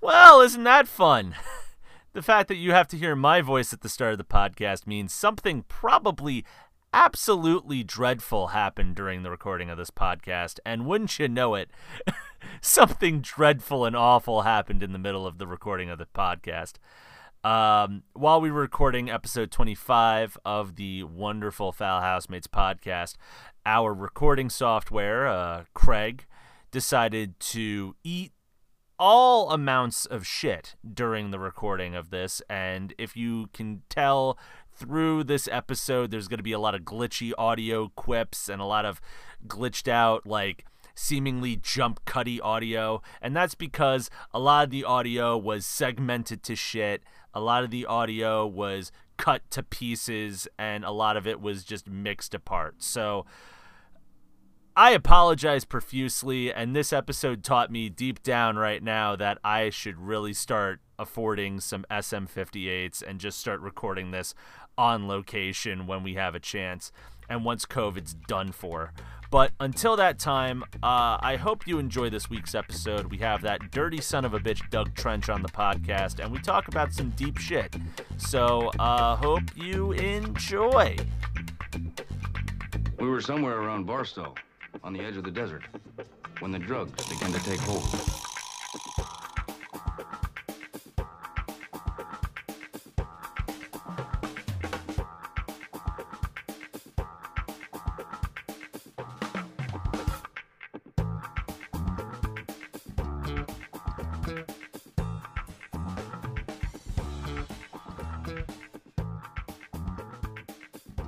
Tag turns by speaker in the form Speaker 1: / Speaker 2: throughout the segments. Speaker 1: Well, isn't that fun? The fact that you have to hear my voice at the start of the podcast means something probably absolutely dreadful happened during the recording of this podcast. And wouldn't you know it, something dreadful and awful happened in the middle of the recording of the podcast. Um, while we were recording episode 25 of the wonderful Foul Housemates podcast, our recording software, uh, Craig, decided to eat all amounts of shit during the recording of this. And if you can tell through this episode, there's going to be a lot of glitchy audio quips and a lot of glitched out, like seemingly jump cutty audio. And that's because a lot of the audio was segmented to shit, a lot of the audio was cut to pieces, and a lot of it was just mixed apart. So. I apologize profusely, and this episode taught me deep down right now that I should really start affording some SM58s and just start recording this on location when we have a chance and once COVID's done for. But until that time, uh, I hope you enjoy this week's episode. We have that dirty son of a bitch, Doug Trench, on the podcast, and we talk about some deep shit. So, uh, hope you enjoy.
Speaker 2: We were somewhere around Barstow, on the edge of the desert, when the drugs began to take hold.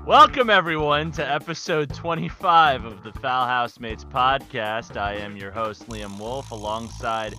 Speaker 1: Welcome, everyone, to episode 25 of the Foul Housemates podcast. I am your host, Liam Wolf. Alongside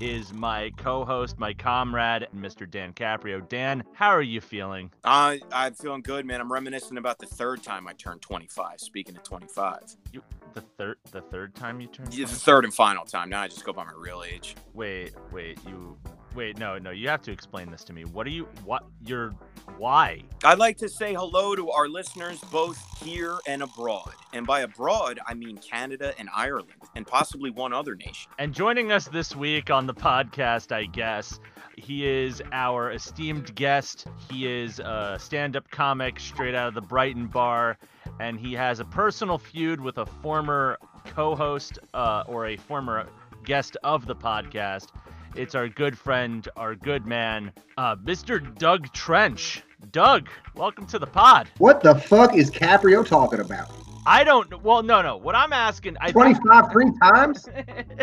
Speaker 1: is my co host, my comrade, Mr. Dan Caprio. Dan, how are you feeling?
Speaker 3: Uh, I'm feeling good, man. I'm reminiscing about the third time I turned 25. Speaking of 25,
Speaker 1: You, the third the third time you turned
Speaker 3: Yeah, the
Speaker 1: 20?
Speaker 3: third and final time. Now I just go by my real age.
Speaker 1: Wait, wait, you. Wait, no, no, you have to explain this to me. What are you. What? You're. Why?
Speaker 3: I'd like to say hello to our listeners, both here and abroad. And by abroad, I mean Canada and Ireland, and possibly one other nation.
Speaker 1: And joining us this week on the podcast, I guess, he is our esteemed guest. He is a stand up comic straight out of the Brighton bar, and he has a personal feud with a former co host uh, or a former guest of the podcast. It's our good friend, our good man, uh, Mr. Doug Trench. Doug, welcome to the pod.
Speaker 4: What the fuck is Caprio talking about?
Speaker 1: I don't, well, no, no. What I'm asking, I
Speaker 4: 25 three times?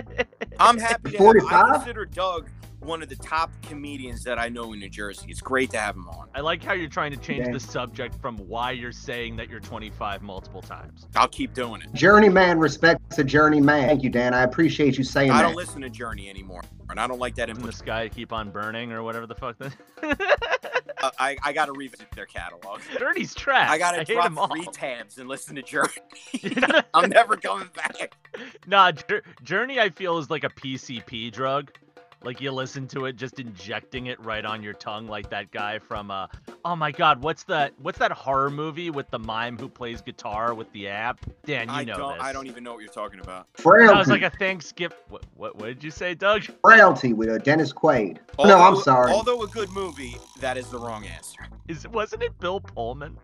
Speaker 3: I'm happy to have,
Speaker 4: 45?
Speaker 3: I consider Doug one of the top comedians that I know in New Jersey. It's great to have him on.
Speaker 1: I like how you're trying to change
Speaker 4: Yeah.
Speaker 1: the subject from why you're saying that you're 25 multiple times.
Speaker 3: I'll keep doing it.
Speaker 4: Journeyman respects a journeyman. Thank you, Dan. I appreciate you saying
Speaker 3: I
Speaker 4: that.
Speaker 3: don't listen to Journey anymore, and I don't like that
Speaker 1: Doesn't the
Speaker 3: input.
Speaker 1: sky keep on burning or whatever the fuck? That...
Speaker 3: Uh, I, I got to revisit their catalog.
Speaker 1: Dirty's trash.
Speaker 3: I got to
Speaker 1: hate
Speaker 3: drop
Speaker 1: them all.
Speaker 3: three tabs and listen to Journey. I'm never coming back.
Speaker 1: nah, Jour- Journey I feel is like a PCP drug. Like you listen to it, just injecting it right on your tongue, like that guy from uh, oh my god, what's that? What's that horror movie with the mime who plays guitar with the app? Dan, you
Speaker 3: I
Speaker 1: know
Speaker 3: don't.
Speaker 1: this.
Speaker 3: I don't even know what you're talking about.
Speaker 4: Frailty.
Speaker 1: That was like a Thanksgiving. What, what, what did you say, Doug?
Speaker 4: Frailty with uh, Dennis Quaid. no, I'm
Speaker 3: Although-
Speaker 4: sorry.
Speaker 3: Although a good movie, that is the wrong answer.
Speaker 1: Is wasn't it Bill Pullman?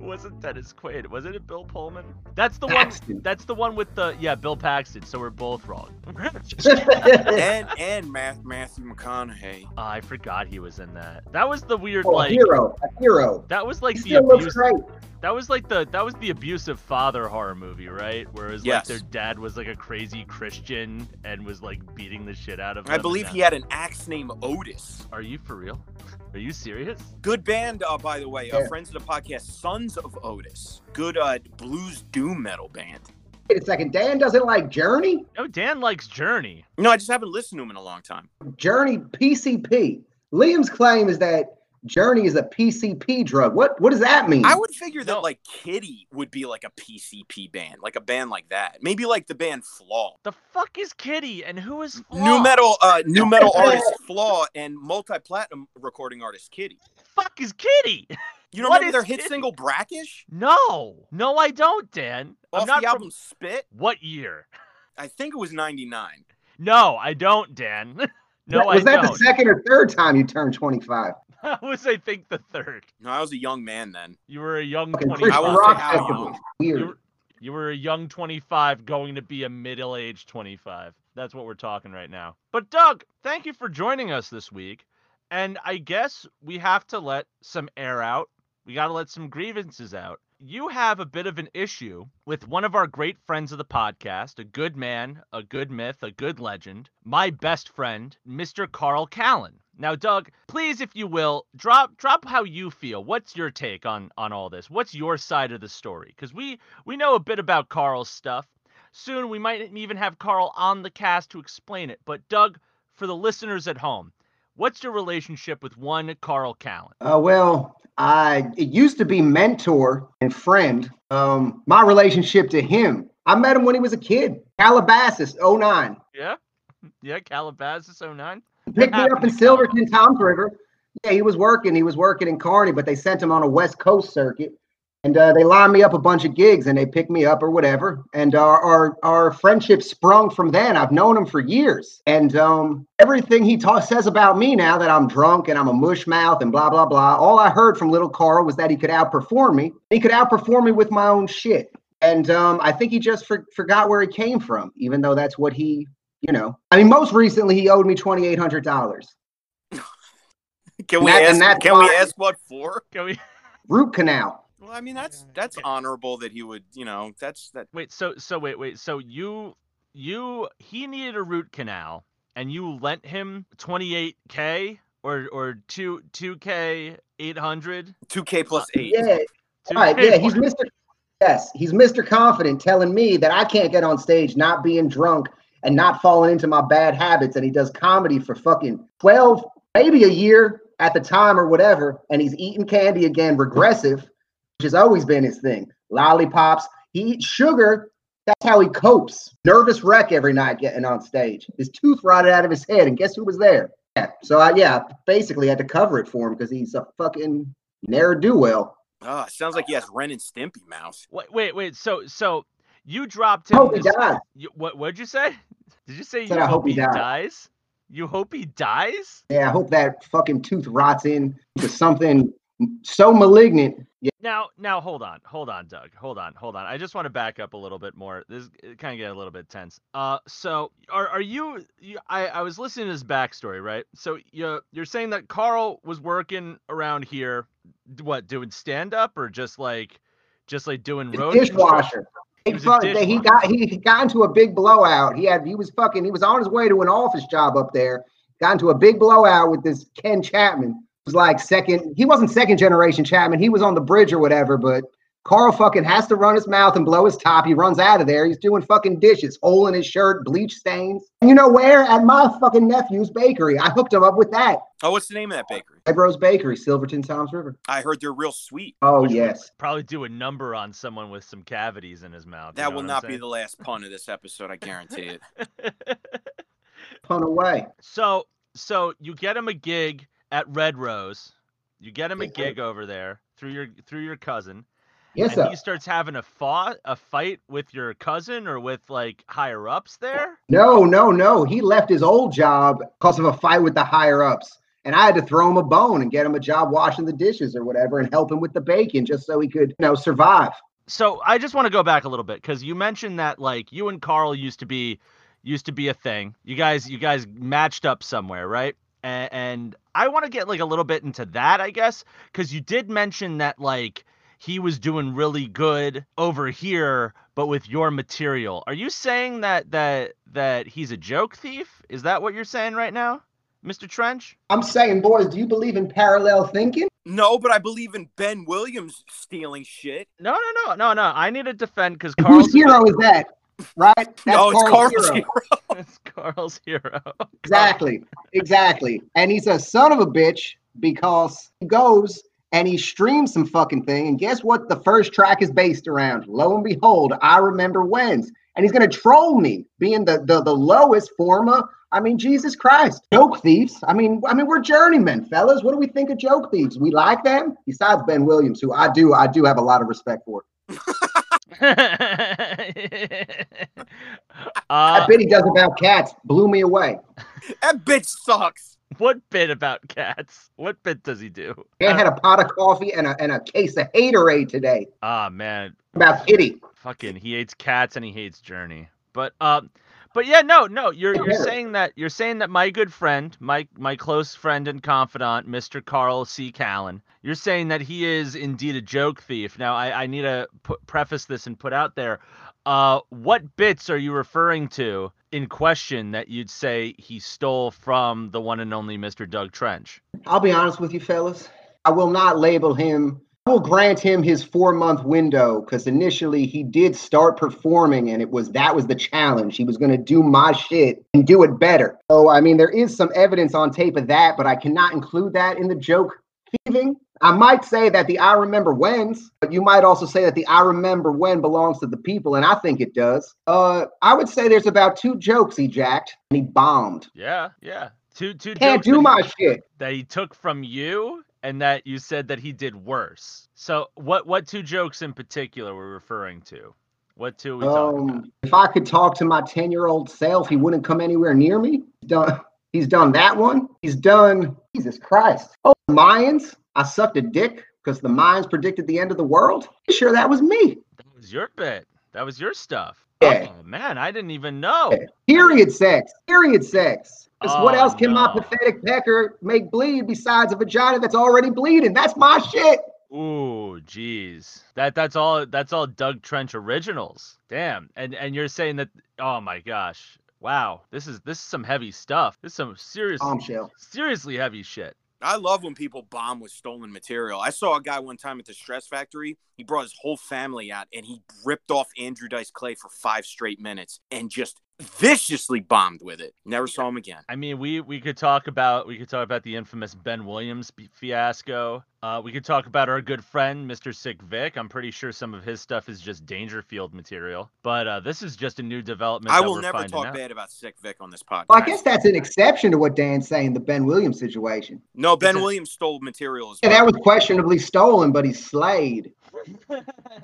Speaker 1: wasn't Dennis Quaid? Wasn't it Bill Pullman? That's the one.
Speaker 4: Paxton.
Speaker 1: That's the one with the yeah, Bill Paxton. So we're both wrong.
Speaker 3: and and Math, Matthew McConaughey.
Speaker 1: Ah, I forgot he was in that. That was the weird
Speaker 4: Oh, a
Speaker 1: like.
Speaker 4: hero. A hero.
Speaker 1: That was like
Speaker 4: he
Speaker 1: the
Speaker 4: still looks
Speaker 1: abuse.
Speaker 4: great.
Speaker 1: That was like the that was the abusive father horror movie, right? Whereas like
Speaker 3: Yes.
Speaker 1: their dad was like a crazy Christian and was like beating the shit out of. them
Speaker 3: I
Speaker 1: and
Speaker 3: believe
Speaker 1: that-
Speaker 3: he had an axe named Otis.
Speaker 1: Are you for real? Are you serious?
Speaker 3: Good band, uh, by the way. Uh,
Speaker 4: Yeah.
Speaker 3: friends of the podcast, Sons of Otis. Good uh, blues doom metal band.
Speaker 4: Wait a second. Dan doesn't like Journey?
Speaker 1: No, Dan likes Journey.
Speaker 3: No, I just haven't listened to him in a long time.
Speaker 4: Journey PCP. Liam's claim is that Journey is a PCP drug. What what does that mean?
Speaker 3: I would figure that
Speaker 1: No.
Speaker 3: like Kitty would be like a PCP band, like a band like that. Maybe like the band Flaw.
Speaker 1: The fuck is Kitty and who is
Speaker 3: New
Speaker 1: Flaw?
Speaker 3: metal, uh, new metal artist Flaw and multi-platinum recording artist Kitty.
Speaker 1: Fuck is Kitty?
Speaker 3: You don't
Speaker 1: What
Speaker 3: remember their
Speaker 1: is
Speaker 3: hit
Speaker 1: Kitty?
Speaker 3: single Brackish
Speaker 1: No, no, I don't, Dan.
Speaker 3: off
Speaker 1: I'm not
Speaker 3: the
Speaker 1: from
Speaker 3: album Spit?
Speaker 1: what year?
Speaker 3: I think it was '99.
Speaker 1: No, I don't, Dan. No,
Speaker 4: was
Speaker 1: I
Speaker 4: that
Speaker 1: don't.
Speaker 4: the second or third time you turned 25?
Speaker 1: that was, I think, the third.
Speaker 3: No, I was a young man then.
Speaker 1: You were a young
Speaker 4: Fucking
Speaker 1: twenty.
Speaker 4: Chris
Speaker 3: I
Speaker 1: five.
Speaker 3: was
Speaker 4: Rock
Speaker 3: like,
Speaker 4: has
Speaker 3: how
Speaker 4: to
Speaker 3: young?
Speaker 4: be weird.
Speaker 1: You were, you were a young 25 going to be a middle aged 25. That's what we're talking right now. But, Doug, thank you for joining us this week. And I guess we have to let some air out. We got to let some grievances out. You have a bit of an issue with one of our great friends of the podcast, a good man, a good myth, a good legend, my best friend, Mr. Carl Callan. Now, Doug, please, if you will, drop drop how you feel. What's your take on on all this? What's your side of the story? Because we we know a bit about Carl's stuff. Soon we might even have Carl on the cast to explain it. But Doug, for the listeners at home, what's your relationship with one Carl Callan?
Speaker 4: Uh, well, I it used to be mentor and friend. Um, my relationship to him, I met him when he was a kid, Calabasas, 09.
Speaker 1: Yeah, yeah, Calabasas 09.
Speaker 4: He Picked me up in
Speaker 1: happened to
Speaker 4: Silverton, Tom's River. Yeah, he was working. He was working in Kearney, but they sent him on a West Coast circuit. And uh, they lined me up a bunch of gigs and they picked me up or whatever. And uh, our, our our friendship sprung from then. I've known him for years. And um, everything he ta- says about me now that I'm drunk and I'm a mush mouth and blah, blah, blah. All I heard from little Carl was that he could outperform me. He could outperform me with my own shit. And um, I think he just for- forgot where he came from, even though that's what he you know, I mean, most recently he owed me twenty eight hundred dollars.
Speaker 3: Can we
Speaker 4: That- and
Speaker 3: ask?
Speaker 4: that's
Speaker 3: Can we
Speaker 4: why-
Speaker 3: ask what for?
Speaker 1: Can we
Speaker 4: Root canal.
Speaker 3: Well, I mean, that's that's honorable that he would. You know, that's that.
Speaker 1: wait? So so wait wait. So you you he needed a root canal and you lent him 28k or or two 2k 800.
Speaker 3: Two K plus
Speaker 1: Uh,
Speaker 3: eight.
Speaker 4: Yeah, right. Yeah, he's Mister. Yes, he's Mister Confident, telling me that I can't get on stage not being drunk and not falling into my bad habits, and he does comedy for fucking twelve, maybe a year at the time or whatever, and he's eating candy again, regressive, which has always been his thing. Lollipops. He eats sugar. That's how he copes. Nervous wreck every night getting on stage. His tooth rotted out of his head, and guess who was there? Yeah. So I, yeah, I basically had to cover it for him because he's a fucking ne'er do well.
Speaker 3: Ah, sounds like he has Ren and Stimpy mouth.
Speaker 1: Wait, wait, wait. So, so you dropped him.
Speaker 4: Hope he
Speaker 1: this-
Speaker 4: dies.
Speaker 1: you- what? What'd you say? Did you say you
Speaker 4: Said I
Speaker 1: hope,
Speaker 4: hope
Speaker 1: he
Speaker 4: he dies.
Speaker 1: dies? You hope he dies?
Speaker 4: Yeah, I hope that fucking tooth rots in to something so malignant. Yeah,
Speaker 1: Now, now, hold on, hold on, Doug, hold on, hold on. I just want to back up a little bit more. This kind of get a little bit tense. Uh, so are are you? you I I was listening to his backstory, right? So you you're saying that Carl was working around here, d- what doing stand up or just like, just like doing road construction?
Speaker 4: dishwasher.
Speaker 1: He
Speaker 4: He,
Speaker 1: was a
Speaker 4: fuck- they- he
Speaker 1: dishwasher.
Speaker 4: got he got into a big blowout. He had he was fucking he was on his way to an office job up there. Got into a big blowout with this Ken Chapman. He was like second. He wasn't second generation Chapman. He was on the bridge or whatever. But Carl fucking has to run his mouth and blow his top. He runs out of there. He's doing fucking dishes, hole in his shirt, bleach stains. And you know where? At my fucking nephew's bakery. I hooked him up with that.
Speaker 3: Oh, what's the name of that bakery?
Speaker 4: Red Rose Bakery, Silverton, Tom's River.
Speaker 3: I heard they're real sweet.
Speaker 4: Oh
Speaker 1: Which would
Speaker 4: yes.
Speaker 1: Probably do a number on someone with some cavities in his mouth. you
Speaker 3: That
Speaker 1: know
Speaker 3: will
Speaker 1: what I'm
Speaker 3: not be
Speaker 1: saying?
Speaker 3: the last pun of this episode. I guarantee it.
Speaker 4: Pun away.
Speaker 1: so so you get him a gig at Red Rose. You get him a
Speaker 4: Yes, sir.
Speaker 1: gig over there through your through your cousin,
Speaker 4: Yes,
Speaker 1: and
Speaker 4: sir.
Speaker 1: he starts having a fa- a fight with your cousin or with like higher ups there.
Speaker 4: No, no, no. He left his old job because of a fight with the higher ups. And I had to throw him a bone and get him a job washing the dishes or whatever and help him with the bacon just so he could, you know, survive.
Speaker 1: So I just want to go back a little bit because you mentioned that like you and Carl used to be used to be a thing. You guys you guys matched up somewhere, right? And, and I want to get like a little bit into that, I guess, because you did mention that like he was doing really good over here, but with your material. Are you saying that that that he's a joke thief? Is that what you're saying right now, Mr. Trench?
Speaker 4: I'm saying, boys, do you believe in parallel thinking?
Speaker 3: No, but I believe in Ben Williams stealing shit.
Speaker 1: No, no, no, no, no. I need to defend because
Speaker 4: And
Speaker 1: Carl's
Speaker 4: Whose hero is that? Right? That's
Speaker 3: no, it's Carl's
Speaker 4: hero.
Speaker 3: hero.
Speaker 1: That's Carl's hero.
Speaker 4: Exactly. Exactly. And he's a son of a bitch because he goes and he streams some fucking thing. And guess what? The first track is based around. Lo and behold, I remember when's. And he's gonna troll me, being the the, the lowest form of I mean, Jesus Christ, joke thieves. I mean, I mean, we're journeymen, fellas. What do we think of joke thieves? We like them. Besides Ben Williams, who I do, I do have a lot of respect for. I
Speaker 1: uh,
Speaker 4: bet he does about cats. Blew me away.
Speaker 3: That bitch sucks.
Speaker 1: what bit about cats? What bit does he do?
Speaker 4: Dan had a pot of coffee and a, and a case of haterade today
Speaker 1: Ah man,
Speaker 4: about Kitty.
Speaker 1: fucking he hates cats and he hates Journey. But um, but yeah, no, no, you're
Speaker 4: Yeah.
Speaker 1: you're saying that you're saying that my good friend, my my close friend and confidant, Mr. Carl C. Callan, you're saying that he is indeed a joke thief. Now I I need to put, preface this and put out there, uh, what bits are you referring to in question that you'd say he stole from the one and only Mr. Doug Trench?
Speaker 4: I'll be honest with you, fellas. I will not label him. I will grant him his four month window because initially he did start performing and it was that was the challenge. He was going to do my shit and do it better. So, I mean, there is some evidence on tape of that, but I cannot include that in the joke thieving. I might say that the I remember when's, but you might also say that the I remember when belongs to the people, and I think it does. Uh, I would say there's about two jokes he jacked and he bombed.
Speaker 1: Yeah, yeah. Two two
Speaker 4: Can't
Speaker 1: jokes that
Speaker 4: do
Speaker 1: he-
Speaker 4: my shit.
Speaker 1: that he took from you and that you said that he did worse. So what what two jokes in particular were we referring to? What two are we talking about?
Speaker 4: Um, if I could talk to my 10 year old self, he wouldn't come anywhere near me. He's done, he's done that one. He's done, Jesus Christ. Oh, the Mayans. I sucked a dick because the Mayans predicted the end of the world. Pretty Sure, that was me.
Speaker 1: That was your bit. That was your stuff.
Speaker 4: Yeah.
Speaker 1: Oh man, I didn't even know.
Speaker 4: Period sex. Period sex. 'Cause what
Speaker 1: Oh,
Speaker 4: else can my
Speaker 1: no.
Speaker 4: pathetic pecker make bleed besides a vagina that's already bleeding? That's my shit.
Speaker 1: Ooh, jeez. That that's all that's all Doug Trench originals. Damn. And and you're saying that oh my gosh. Wow. This is this is some heavy stuff. This is some serious
Speaker 4: Bombshell.
Speaker 1: seriously heavy shit.
Speaker 3: I love when people bomb with stolen material. I saw a guy one time at the Stress Factory. He brought his whole family out and he ripped off Andrew Dice Clay for five straight minutes and just viciously bombed with it. Never saw him again.
Speaker 1: I mean, we we could talk about we could talk about the infamous Ben Williams b- fiasco. Uh, we could talk about our good friend Mr. Sick Vic. I'm pretty sure some of his stuff is just Dangerfield material, but uh, this is just a new development.
Speaker 3: I
Speaker 1: that
Speaker 3: will
Speaker 1: we're
Speaker 3: never
Speaker 1: finding
Speaker 3: talk
Speaker 1: out.
Speaker 3: bad about Sick Vic on this podcast.
Speaker 4: Well, I guess that's an exception to what Dan's saying, the Ben Williams situation.
Speaker 3: no, Ben
Speaker 1: Listen.
Speaker 3: Williams stole material as
Speaker 4: Yeah,
Speaker 3: well.
Speaker 4: that was questionably stolen, but he slayed.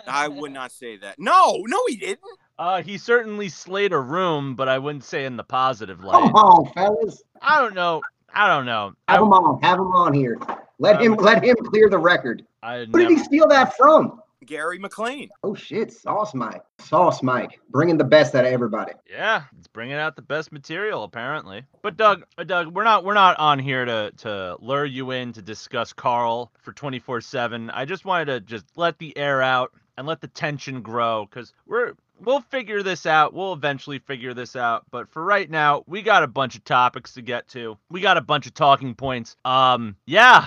Speaker 3: I would not say that. No, no, he didn't.
Speaker 1: Uh, he certainly slayed a room, but I wouldn't say in the positive light.
Speaker 4: Come on, fellas.
Speaker 1: I don't know. I don't know. I,
Speaker 4: Have him on. Have him on here. Let him. Let him clear the record.
Speaker 1: I
Speaker 4: Who did
Speaker 1: never-
Speaker 4: he steal that from?
Speaker 3: Gary McLean.
Speaker 4: Oh shit, Sauce Mike. Sauce Mike, bringing the best out of everybody.
Speaker 1: Yeah, it's bringing out the best material apparently. But Doug, uh, Doug, we're not we're not on here to to lure you in to discuss Carl for 24/7. I just wanted to just let the air out and let the tension grow cuz we're we'll figure this out. We'll eventually figure this out, but for right now, we got a bunch of topics to get to. We got a bunch of talking points. Um yeah.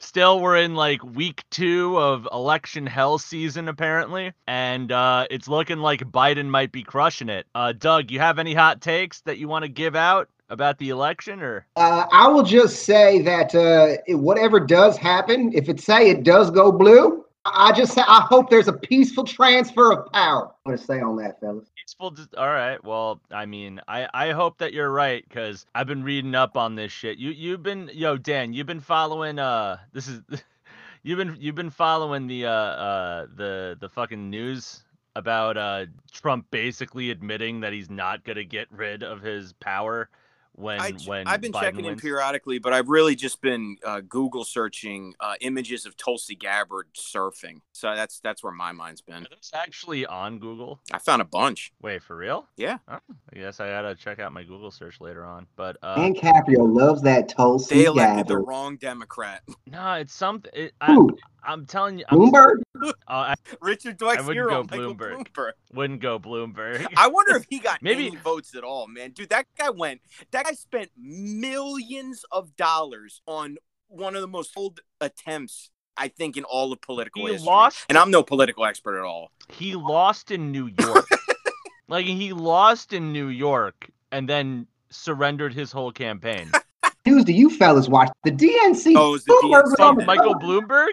Speaker 1: Still, we're in like week two of election hell season, apparently, and uh, it's looking like Biden might be crushing it. Uh, Doug, you have any hot takes that you want to give out about the election, or
Speaker 4: Uh, I will just say that uh, it- whatever does happen, if it say it does go blue, I I just say I hope there's a peaceful transfer of power. What to say on that, fellas?
Speaker 1: peaceful? dis- All right. Well, I mean, I I hope that you're right because I've been reading up on this shit. You you've been yo Dan, you've been following. Uh, this is you've been you've been following the uh uh the the fucking news about uh Trump basically admitting that he's not gonna get rid of his power when
Speaker 3: I,
Speaker 1: when
Speaker 3: have been
Speaker 1: Biden
Speaker 3: checking in
Speaker 1: wins.
Speaker 3: periodically, but I've really just been uh, Google searching uh, images of Tulsi Gabbard surfing. So that's that's where my mind's been.
Speaker 1: Are those actually on Google?
Speaker 3: I found a bunch.
Speaker 1: Wait, for real?
Speaker 3: Yeah.
Speaker 1: Oh, I guess I gotta check out my Google search later on. But uh,
Speaker 4: Dan Caprio loves that Tulsi
Speaker 3: They elected the
Speaker 4: Gabbard.
Speaker 3: wrong Democrat.
Speaker 1: no, it's something. It, I,
Speaker 4: Who?
Speaker 1: I'm telling you, I'm, uh,
Speaker 4: Bloomberg.
Speaker 1: I
Speaker 3: Richard Dwight's
Speaker 1: I wouldn't
Speaker 3: hero,
Speaker 1: go
Speaker 3: Michael
Speaker 1: Bloomberg.
Speaker 3: Bloomberg.
Speaker 1: wouldn't go Bloomberg.
Speaker 3: I wonder if he got
Speaker 1: Maybe-
Speaker 3: any votes at all, man. Dude, that guy went. That guy spent millions of dollars on one of the most old attempts, I think, in all of political
Speaker 1: He
Speaker 3: history.
Speaker 1: lost-
Speaker 3: and I'm no political expert at all.
Speaker 1: he lost in New York. like he lost in New York and then surrendered his whole campaign.
Speaker 4: News do you fellas watch? The DNC.
Speaker 3: Oh, it was the
Speaker 4: Bloomberg was
Speaker 3: DNC.
Speaker 1: Oh,
Speaker 4: on the
Speaker 1: Michael
Speaker 4: cusp.
Speaker 1: Bloomberg?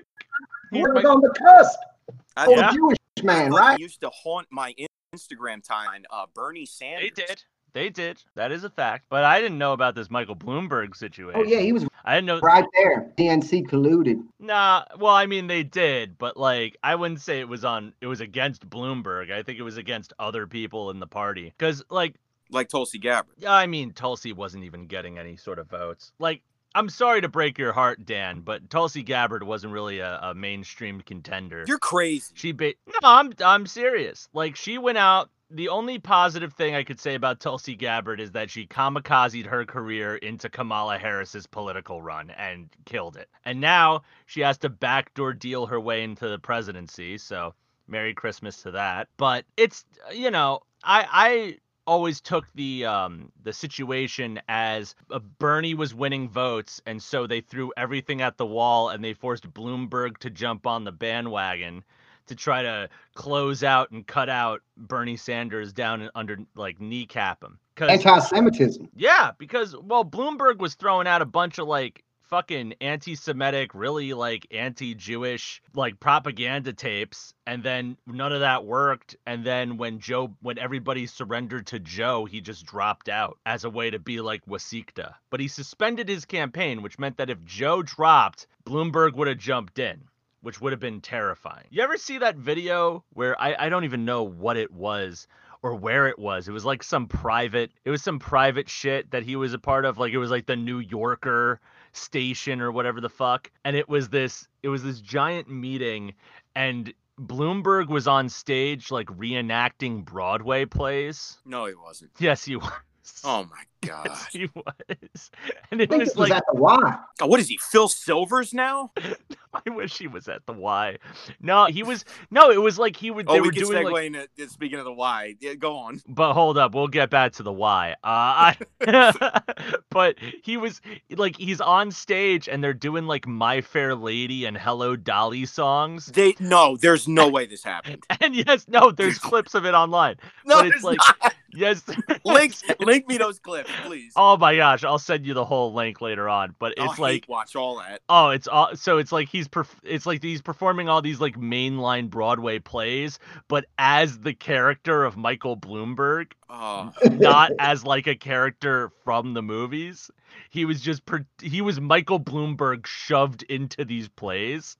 Speaker 1: He-
Speaker 4: Bloomberg was
Speaker 1: Mi-
Speaker 4: on the cusp.
Speaker 1: Oh,
Speaker 3: I,
Speaker 4: Old
Speaker 1: Yeah.
Speaker 4: Jewish man,
Speaker 3: fucking
Speaker 4: right?
Speaker 3: used to haunt my in- Instagram time. Uh, Bernie Sanders.
Speaker 1: They did. They did. That is a fact. But I didn't know about this Michael Bloomberg situation.
Speaker 4: Oh yeah, he was
Speaker 1: I didn't know.
Speaker 4: right there. DNC colluded.
Speaker 1: Nah. Well, I mean, they did, but like, I wouldn't say it was on. It was against Bloomberg. I think it was against other people in the party. Because like,
Speaker 3: like Tulsi Gabbard.
Speaker 1: I mean, Tulsi wasn't even getting any sort of votes. Like, I'm sorry to break your heart, Dan, but Tulsi Gabbard wasn't really a, a mainstream contender.
Speaker 3: You're crazy.
Speaker 1: She ba- no, I'm I'm serious. Like she went out. The only positive thing I could say about Tulsi Gabbard is that she kamikazed her career into Kamala Harris's political run and killed it. And now she has to backdoor deal her way into the presidency. So Merry Christmas to that. But it's you know I I always took the um the situation as uh, Bernie was winning votes and so they threw everything at the wall and they forced Bloomberg to jump on the bandwagon to try to close out and cut out Bernie Sanders down and under like kneecap him 'Cause-
Speaker 4: Anti-Semitism.
Speaker 1: yeah, because well, Bloomberg was throwing out a bunch of like fucking anti-Semitic, really like anti-Jewish like propaganda tapes, and then none of that worked. And then when Joe, when everybody surrendered to Joe, he just dropped out as a way to be like Wasikta. But he suspended his campaign, which meant that if Joe dropped, Bloomberg would have jumped in which would have been terrifying. You ever see that video where I, I don't even know what it was or where it was. It was like some private it was some private shit that he was a part of. Like it was like the New Yorker station or whatever the fuck. And it was this it was this giant meeting and Bloomberg was on stage like reenacting Broadway plays.
Speaker 3: No, he wasn't.
Speaker 1: Yes, he was.
Speaker 3: Oh my god.
Speaker 1: Yes, he was. And it
Speaker 4: I think
Speaker 1: was
Speaker 4: it was
Speaker 1: like
Speaker 4: at the Y.
Speaker 3: God, Oh, what is he? Phil Silvers now?
Speaker 1: I wish he was at the Y. No, he was no, it was like he would they
Speaker 3: oh, we
Speaker 1: were
Speaker 3: can
Speaker 1: doing
Speaker 3: segue
Speaker 1: like
Speaker 3: into speaking of the why. Yeah, go on.
Speaker 1: but hold up, we'll get back to the why. Uh, I, but he was like he's on stage and they're doing like My Fair Lady and Hello Dolly songs.
Speaker 3: They no, there's no way this happened.
Speaker 1: And yes, no, there's clips of it online.
Speaker 3: No,
Speaker 1: But it's
Speaker 3: there's
Speaker 1: like-
Speaker 3: not.
Speaker 1: Yes,
Speaker 3: link link me those clips, please.
Speaker 1: oh my gosh, I'll send you the whole link later on. But
Speaker 3: I'll
Speaker 1: it's like
Speaker 3: hate watch all that.
Speaker 1: Oh, it's all so it's like he's perf- it's like he's performing all these like mainline Broadway plays, but as the character of Michael Bloomberg,
Speaker 3: Oh,
Speaker 1: not as like a character from the movies. He was just per- he was Michael Bloomberg shoved into these plays.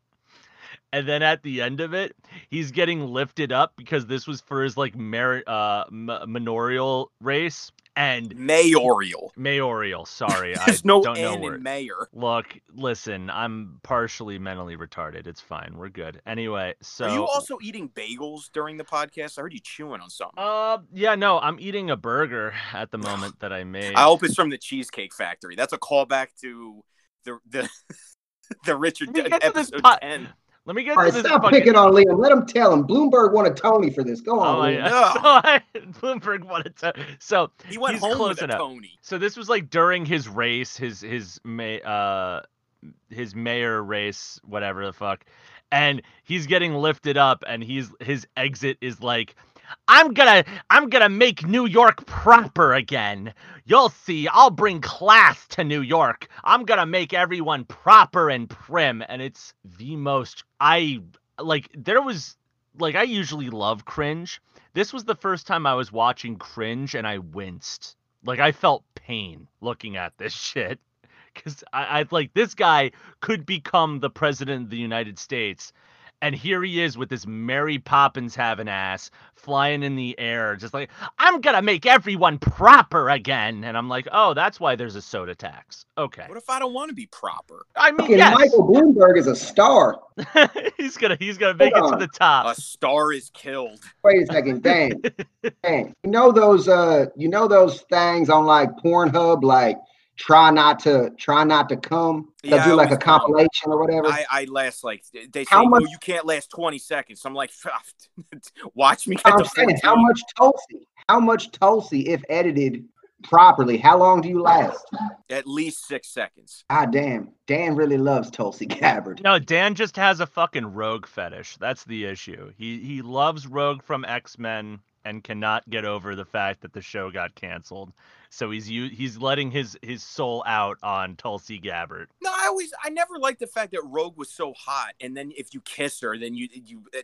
Speaker 1: And then at the end of it, he's getting lifted up because this was for his like mer- uh, m- manorial race and
Speaker 3: mayoral.
Speaker 1: mayoral. Sorry, Mm. I
Speaker 3: There's no
Speaker 1: don't know
Speaker 3: N
Speaker 1: where.
Speaker 3: in mayor.
Speaker 1: Look, listen, I'm partially mentally retarded. It's fine. We're good. Anyway, so
Speaker 3: Are you also eating bagels during the podcast? I heard you chewing on something.
Speaker 1: uh yeah, no, I'm eating a burger at the moment that I made.
Speaker 3: I hope it's from the Cheesecake Factory. That's a callback to the the the Richard
Speaker 1: We
Speaker 3: Dent
Speaker 1: get to this
Speaker 3: episode
Speaker 1: pot-
Speaker 3: ten.
Speaker 1: Let me get to
Speaker 4: All right,
Speaker 1: this
Speaker 4: stop
Speaker 1: fucking
Speaker 4: picking on Liam. Let him tell him. Bloomberg won a Tony for this. Go
Speaker 1: Oh
Speaker 4: on.
Speaker 1: my
Speaker 4: Liam.
Speaker 1: god. So Bloomberg wanted to so
Speaker 3: He went
Speaker 1: He's
Speaker 3: home
Speaker 1: close
Speaker 3: with a
Speaker 1: enough.
Speaker 3: Tony.
Speaker 1: so this was like during his race, his his may uh his mayor race, whatever the fuck. And he's getting lifted up and he's his exit is like I'm gonna I'm gonna make New York proper again. You'll see, I'll bring class to New York. I'm gonna make everyone proper and prim and it's the most I like there was like I usually love cringe. This was the first time I was watching cringe and I winced. Like I felt pain looking at this shit. Cause I, I like this guy could become the president of the United States. And here he is with this Mary Poppins having ass flying in the air, just like, I'm gonna make everyone proper again. And I'm like, oh, that's why there's a soda tax. Okay.
Speaker 3: What if I don't want to be proper?
Speaker 1: I mean,
Speaker 4: Fucking
Speaker 1: yes.
Speaker 4: Michael Bloomberg is a star.
Speaker 1: he's gonna he's gonna make it
Speaker 4: on.
Speaker 1: to the top.
Speaker 3: A star is killed.
Speaker 4: Wait a second, dang, dang. You know those uh, you know those things on like Pornhub, like try not to try not to come. They'll
Speaker 3: Yeah, I
Speaker 4: do like a
Speaker 3: always come.
Speaker 4: compilation or whatever.
Speaker 3: I, I last like they say,
Speaker 4: How much-
Speaker 3: oh, you can't last twenty seconds. I'm like, watch me get
Speaker 4: I'm
Speaker 3: the
Speaker 4: saying, how
Speaker 3: 14.
Speaker 4: much Tulsi? How much Tulsi, if edited properly, how long do you last?
Speaker 3: at least six seconds.
Speaker 4: Ah, damn. Dan really loves Tulsi Gabbard.
Speaker 1: No, Dan just has a fucking rogue fetish. That's the issue. He he loves Rogue from X Men and cannot get over the fact that the show got canceled. So he's u- he's letting his his soul out on Tulsi Gabbard.
Speaker 3: No, I always, I never liked the fact that Rogue was so hot, and then if you kiss her, then you you uh,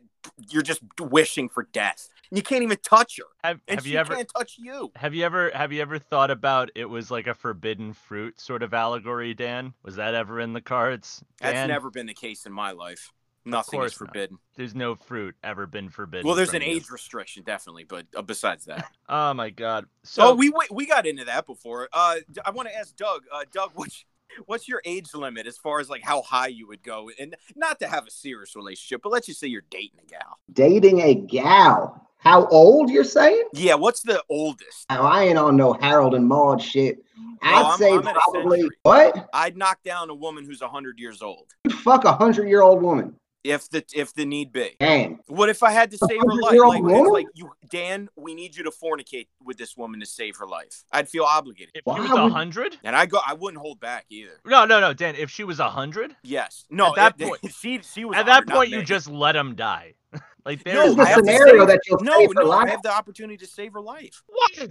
Speaker 3: you're just wishing for death. You can't even touch her,
Speaker 1: Have,
Speaker 3: and
Speaker 1: have
Speaker 3: she
Speaker 1: you ever
Speaker 3: can't touch you.
Speaker 1: have you ever have you ever thought about it was like a forbidden fruit sort of allegory, Dan? Was that ever in the cards?
Speaker 3: That's
Speaker 1: Dan,
Speaker 3: never been the case in my life. Nothing is
Speaker 1: course not.
Speaker 3: forbidden.
Speaker 1: There's no fruit ever been forbidden.
Speaker 3: Well, there's
Speaker 1: from
Speaker 3: an
Speaker 1: you.
Speaker 3: age restriction, definitely, but uh, besides that.
Speaker 1: Oh my God. So
Speaker 3: So we we we got into that before. Uh, d- I want to ask Doug. Uh, Doug, what's what's your age limit as far as like how high you would go, and not to have a serious relationship, but let's just say you're dating a gal.
Speaker 4: Dating a gal. How old you're saying?
Speaker 3: Yeah, what's the oldest?
Speaker 4: Oh, I ain't on no Harold and Maude shit. I'd
Speaker 3: I'm-
Speaker 4: say
Speaker 3: I'm at a
Speaker 4: probably
Speaker 3: century.
Speaker 4: what?
Speaker 3: I'd knock down a woman who's hundred years old
Speaker 4: You'd fuck a hundred year old woman.
Speaker 3: if the if the need be.
Speaker 4: Damn.
Speaker 3: What if I had to
Speaker 4: A
Speaker 3: save her life?
Speaker 4: 100-year-old
Speaker 3: Like, it's
Speaker 4: woman?
Speaker 3: like you, Dan, we need you to fornicate with this woman to save her life. I'd feel obligated,
Speaker 1: if
Speaker 4: Why
Speaker 1: she was
Speaker 4: would-
Speaker 1: a hundred?
Speaker 3: and I go. I wouldn't hold back either.
Speaker 1: No, no, no, Dan. If she was a hundred,
Speaker 3: Yes. No.
Speaker 1: At that
Speaker 3: if-
Speaker 1: point-
Speaker 3: she she was
Speaker 1: at that
Speaker 3: 100, not
Speaker 1: point you
Speaker 3: me.
Speaker 1: just let him die. like
Speaker 3: No,
Speaker 1: there's
Speaker 4: This is the
Speaker 3: I have to
Speaker 4: scenario
Speaker 3: save-
Speaker 4: that you'll
Speaker 3: no
Speaker 4: save her
Speaker 3: no.
Speaker 4: life.
Speaker 3: I have the opportunity to save her life.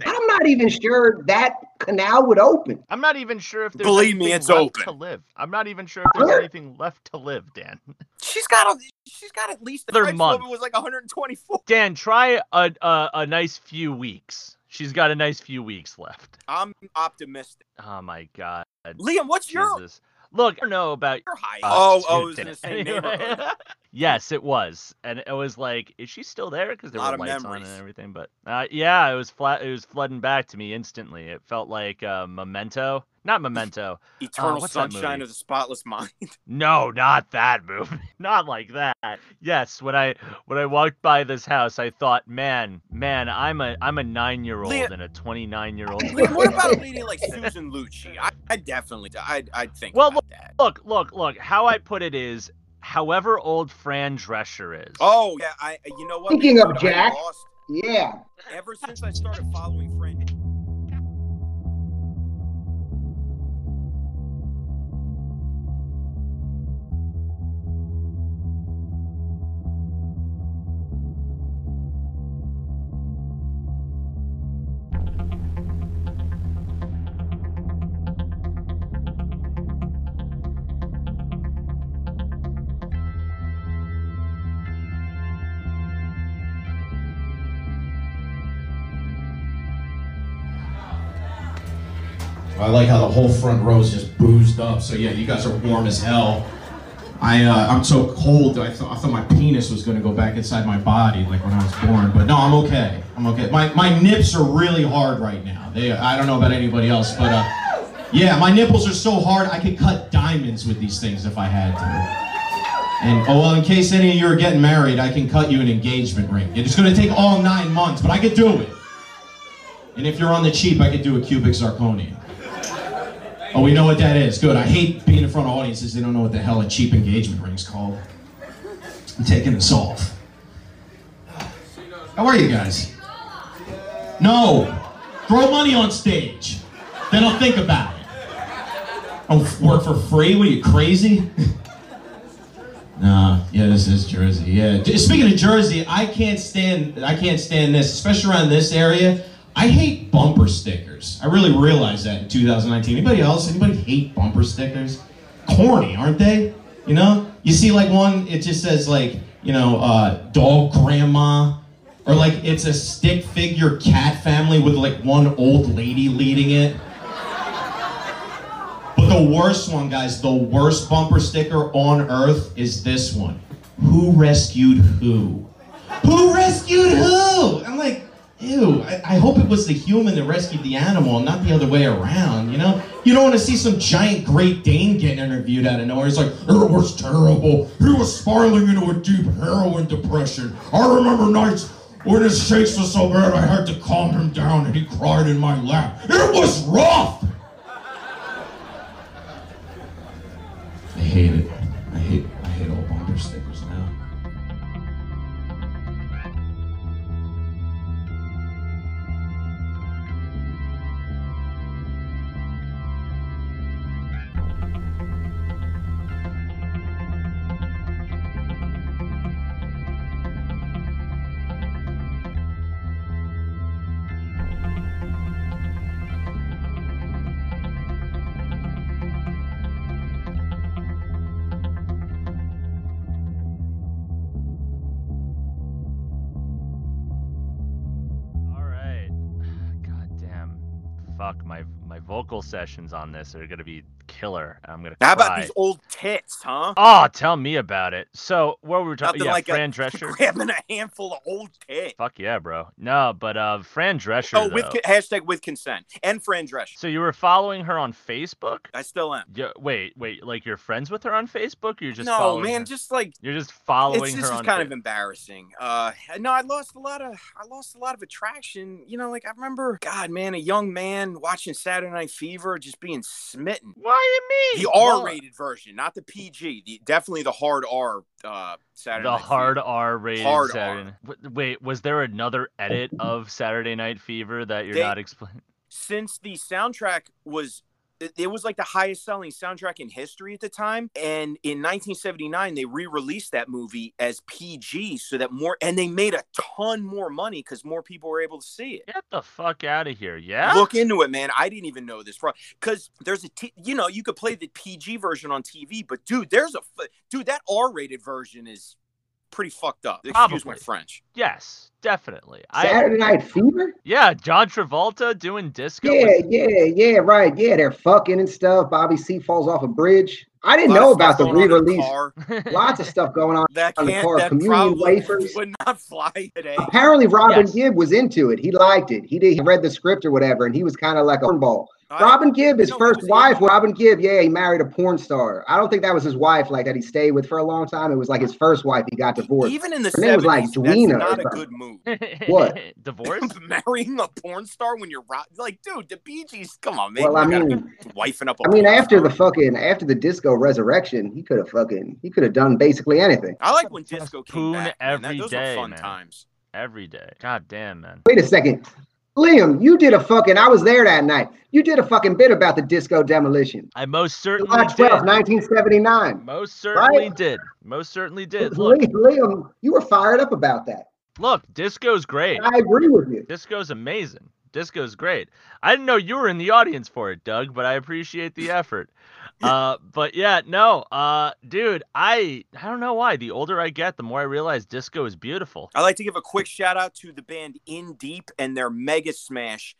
Speaker 4: I'm not even sure that canal would open.
Speaker 1: I'm not even sure if there's
Speaker 3: Believe me,
Speaker 1: anything
Speaker 3: it's
Speaker 1: left
Speaker 3: open.
Speaker 1: to live. I'm not even sure if there's
Speaker 4: Huh?
Speaker 1: anything left to live, Dan.
Speaker 3: She's got a, she's got at least the
Speaker 1: Another
Speaker 3: next
Speaker 1: month.
Speaker 3: woman was like 124.
Speaker 1: Dan, try a, a a nice few weeks. She's got a nice few weeks left.
Speaker 3: I'm optimistic.
Speaker 1: Oh my god.
Speaker 3: Liam, what's your,
Speaker 1: Jesus. Look, I don't know about
Speaker 3: your height?
Speaker 1: Uh,
Speaker 3: oh,
Speaker 1: dude, Ah,
Speaker 3: oh, it was in
Speaker 1: Dan.
Speaker 3: the same neighborhood.
Speaker 1: yes, it was, and it was like, is she still there? Because there
Speaker 3: Lot
Speaker 1: were
Speaker 3: of
Speaker 1: lights on
Speaker 3: memories.
Speaker 1: and everything. But uh, yeah, it was flat. It was flooding back to me instantly. It felt like uh, Memento, not Memento.
Speaker 3: Eternal
Speaker 1: what's that
Speaker 3: Sunshine
Speaker 1: movie?
Speaker 3: of the Spotless Mind.
Speaker 1: No, not that movie. Not like that. Yes, when I when I walked by this house, I thought, man, man, I'm a I'm a nine year old
Speaker 3: Leah-
Speaker 1: and a twenty nine year old.
Speaker 3: Liam, what about a lady like Susan Lucci? I, I definitely, I, I think
Speaker 1: Well,
Speaker 3: about that.
Speaker 1: Look, look, look. How I put it is, however old Fran Drescher is.
Speaker 3: Oh yeah, I. You know what?
Speaker 4: Speaking of
Speaker 3: I
Speaker 4: Jack.
Speaker 3: lost-
Speaker 4: Yeah.
Speaker 3: ever since I started following Fran.
Speaker 5: I like how the whole front row is just boozed up. So yeah, you guys are warm as hell. I uh, I'm so cold that I thought I thought my penis was gonna go back inside my body like when I was born. But no, I'm okay. I'm okay. My my nips are really hard right now. They I don't know about anybody else, but uh, yeah, my nipples are so hard I could cut diamonds with these things if I had to. And oh well, in case any of you are getting married, I can cut you an engagement ring. It's gonna take all nine months, but I could do it. And if you're on the cheap, I could do a cubic zirconia. Oh, we know what that is. Good. I hate being in front of audiences. They don't know what the hell a cheap engagement ring's called. I'm taking this off. How are you guys? No. Throw money on stage. Then I'll think about it. I'll f- work for free? What are you, crazy? nah. Yeah, this is Jersey. Yeah. J- Speaking of Jersey, I can't stand I can't stand this, especially around this area. I hate bumper stickers. I really realized that in 2019. Anybody else? Anybody hate bumper stickers? Corny, aren't they? You know? You see like one, it just says like, you know, uh, dog grandma. Or like it's a stick figure cat family with like one old lady leading it. But the worst one, guys, the worst bumper sticker on earth is this one. Who rescued who? Who rescued who? I'm like, ew, I, I hope it was the human that rescued the animal, not the other way around, you know? You don't want to see some giant Great Dane getting interviewed out of nowhere. It's like, it was terrible. He was spiraling into a deep heroin depression. I remember nights when his shakes were so bad I had to calm him down and he cried in my lap. It was rough! I hate it. I hate I hate all bumper stickers now.
Speaker 1: fuck, my my vocal sessions on this are gonna be killer. I'm gonna.
Speaker 3: How about
Speaker 1: cry.
Speaker 3: these old tits, huh?
Speaker 1: Oh, tell me about it. So what were we talking?
Speaker 3: Nothing
Speaker 1: Yeah,
Speaker 3: like a-
Speaker 1: Fran Drescher.
Speaker 3: Grabbing a handful of old tits.
Speaker 1: Fuck yeah, bro. No, but uh, Fran Drescher.
Speaker 3: Oh, with
Speaker 1: though.
Speaker 3: con- hashtag with consent and Fran Drescher.
Speaker 1: so you were following her on Facebook?
Speaker 3: I still am.
Speaker 1: Yeah. Wait, wait. Like you're friends with her on Facebook? Or you're just
Speaker 3: no,
Speaker 1: following
Speaker 3: man,
Speaker 1: her-
Speaker 3: just like
Speaker 1: You're just
Speaker 3: it's,
Speaker 1: following
Speaker 3: this
Speaker 1: her
Speaker 3: is
Speaker 1: on.
Speaker 3: kind of embarrassing. Uh, no, I lost a lot of I lost a lot of attraction. You know, like I remember, God, man, a young man watching Saturday Night Fever, just being smitten.
Speaker 1: Why you mean?
Speaker 3: The
Speaker 1: Well,
Speaker 3: R-rated version, not the PG. The, definitely the hard R. Uh, Saturday.
Speaker 1: The
Speaker 3: Night
Speaker 1: hard
Speaker 3: Fever.
Speaker 1: R rated
Speaker 3: Hard
Speaker 1: Saturday.
Speaker 3: R.
Speaker 1: Night- W- Wait, was there another edit of Saturday Night Fever that you're
Speaker 3: They-
Speaker 1: not explaining?
Speaker 3: Since the soundtrack was, it, it was like the highest selling soundtrack in history at the time. And in 1979, they re-released that movie as PG, so that more, and they made a ton more money because more people were able to see it.
Speaker 1: Get the fuck out of here. Yeah.
Speaker 3: Look into it, man. I didn't even know this. Because there's a, t- you know, you could play the PG version on TV, but dude, there's a, f- dude, that R rated version is pretty fucked up. Excuse my
Speaker 1: Probably.
Speaker 3: French.
Speaker 1: Yes, definitely. I
Speaker 4: Saturday Night Fever?
Speaker 1: yeah, John Travolta doing disco.
Speaker 4: Yeah,
Speaker 1: was-
Speaker 4: yeah, yeah, right. Yeah, they're fucking and stuff. Bobby C falls off a bridge. I didn't
Speaker 3: Lot of
Speaker 4: know
Speaker 3: stuff
Speaker 4: about the
Speaker 3: going on in
Speaker 4: re-release.
Speaker 3: car
Speaker 4: Lots of stuff going on.
Speaker 3: That
Speaker 4: on the
Speaker 3: can't,
Speaker 4: car,
Speaker 3: that
Speaker 4: communion
Speaker 3: probably
Speaker 4: wafers.
Speaker 3: would not fly today.
Speaker 4: Apparently, Robin
Speaker 1: Yes.
Speaker 4: Gibb was into it. He liked it. He did. He read the script or whatever, and he was kind of like a cornball.
Speaker 3: I-
Speaker 4: Robin Gibb, his
Speaker 3: No,
Speaker 4: first
Speaker 3: who's he
Speaker 4: wife,
Speaker 3: with?
Speaker 4: Robin Gibb, yeah, he married a porn star. I don't think that was his wife, like that he stayed with for a long time. It was like his first wife. He got divorced.
Speaker 3: Even in the
Speaker 4: Her name was, like,
Speaker 3: 70s,
Speaker 4: Dweena or
Speaker 3: that's not a
Speaker 4: something.
Speaker 3: good move.
Speaker 4: What?
Speaker 1: Divorce?
Speaker 3: Marrying a porn star when you're ro- like, dude, the Bee Gees, come on, man.
Speaker 4: Well, I
Speaker 3: you gotta
Speaker 4: mean,
Speaker 3: be wifing up. a
Speaker 4: I mean,
Speaker 3: porn
Speaker 4: after
Speaker 3: star.
Speaker 4: the fucking after the disco resurrection, he could have fucking he could have done basically anything.
Speaker 3: I like when disco came
Speaker 1: Poon
Speaker 3: back. Man. That,
Speaker 1: every
Speaker 3: those
Speaker 1: day,
Speaker 3: were fun
Speaker 1: man.
Speaker 3: times.
Speaker 1: Every day. God damn, man.
Speaker 4: Wait a second, Liam, you did a fucking. I was there that night. You did a fucking bit about the disco demolition.
Speaker 1: I most
Speaker 4: July
Speaker 1: certainly
Speaker 4: 12,
Speaker 1: did.
Speaker 4: 1979.
Speaker 1: Most certainly did. Most certainly did. Look,
Speaker 4: Liam, you were fired up about that.
Speaker 1: look, disco's great.
Speaker 4: I agree with you.
Speaker 1: Disco's amazing. Disco's great. I didn't know you were in the audience for it, Doug, but I appreciate the effort. Uh, but yeah, no, uh, dude, I I don't know why. The older I get, the more I realize disco is beautiful.
Speaker 3: I like to give a quick shout out to the band In Deep and their mega smash.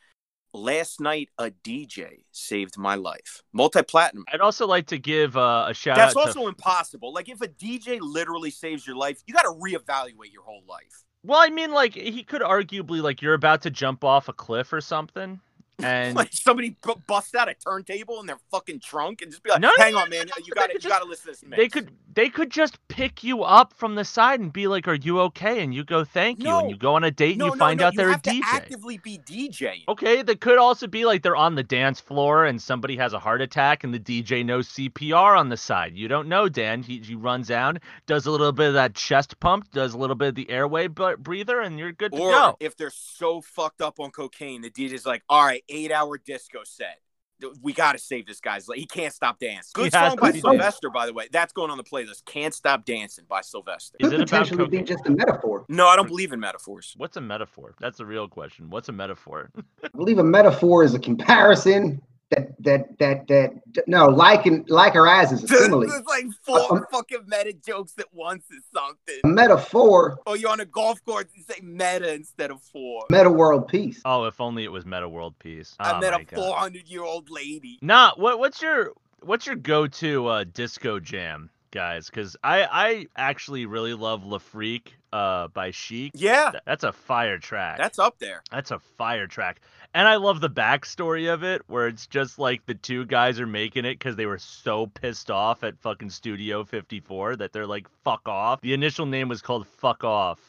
Speaker 3: Last night, a DJ saved my life. Multi platinum.
Speaker 1: I'd also like to give uh, a shout
Speaker 3: That's
Speaker 1: out.
Speaker 3: also
Speaker 1: to,
Speaker 3: impossible. Like, if a DJ literally saves your life, you got to reevaluate your whole life.
Speaker 1: well, I mean, like he could arguably like you're about to jump off a cliff or something, and
Speaker 3: like somebody b- busts out a turntable in their fucking trunk and just be like,
Speaker 1: No, no,
Speaker 3: "Hang
Speaker 1: no,
Speaker 3: on,
Speaker 1: no,
Speaker 3: man,
Speaker 1: no,
Speaker 3: you
Speaker 1: they
Speaker 3: got
Speaker 1: could
Speaker 3: to you
Speaker 1: just-
Speaker 3: got to listen to this." Mix.
Speaker 1: they could they could just pick you up from the side and be like, "Are you okay?" And you go, "Thank you," and
Speaker 3: No.
Speaker 1: you go on a date
Speaker 3: no,
Speaker 1: and
Speaker 3: no,
Speaker 1: you find
Speaker 3: no,
Speaker 1: out
Speaker 3: you
Speaker 1: they're
Speaker 3: have
Speaker 1: a Oh, DJ.
Speaker 3: To actively be DJing.
Speaker 1: Okay, that could also be like they're on the dance floor and somebody has a heart attack and the DJ knows CPR on the side. You don't know, Dan. He, he runs down, does a little bit of that chest pump, does a little bit of the airway bu- breather, and you're good to
Speaker 3: Or
Speaker 1: go.
Speaker 3: if they're so fucked up on cocaine, the DJ's like, "All right, eight hour disco set. Th- We got to save this guy's life. He can't stop dancing."
Speaker 1: He
Speaker 3: Good
Speaker 1: has
Speaker 3: song
Speaker 1: to
Speaker 3: by
Speaker 1: be
Speaker 3: Sylvester, by the way. That's going on the playlist. "Can't Stop Dancing" by Sylvester.
Speaker 1: Is
Speaker 4: Could
Speaker 1: it about
Speaker 4: potentially be
Speaker 1: cocaine?
Speaker 4: just a metaphor.
Speaker 3: No,
Speaker 1: Hmm.
Speaker 3: I don't believe in metaphors.
Speaker 1: What's a metaphor? That's the real question. What's a metaphor?
Speaker 4: I believe a metaphor is a comparison that that that that no like and like or as is a simile.
Speaker 3: It's like four fucking meta jokes at once is something.
Speaker 4: A metaphor,
Speaker 3: Or you're on a golf course and say meta instead of four.
Speaker 4: meta world peace.
Speaker 1: oh, if only it was Meta World Peace.
Speaker 3: I
Speaker 1: Oh
Speaker 3: met
Speaker 1: my
Speaker 3: a
Speaker 1: God.
Speaker 3: 400 year old lady.
Speaker 1: Nah, what what's your what's your go-to uh, disco jam, guys? Because I I actually really love La Freak uh, by Chic.
Speaker 3: Yeah,
Speaker 1: Th- That's a fire track.
Speaker 3: that's up there.
Speaker 1: That's a fire track. And I love the backstory of it where it's just like the two guys are making it because they were so pissed off at fucking Studio 54 that they're like, fuck off. The initial name was called Fuck Off.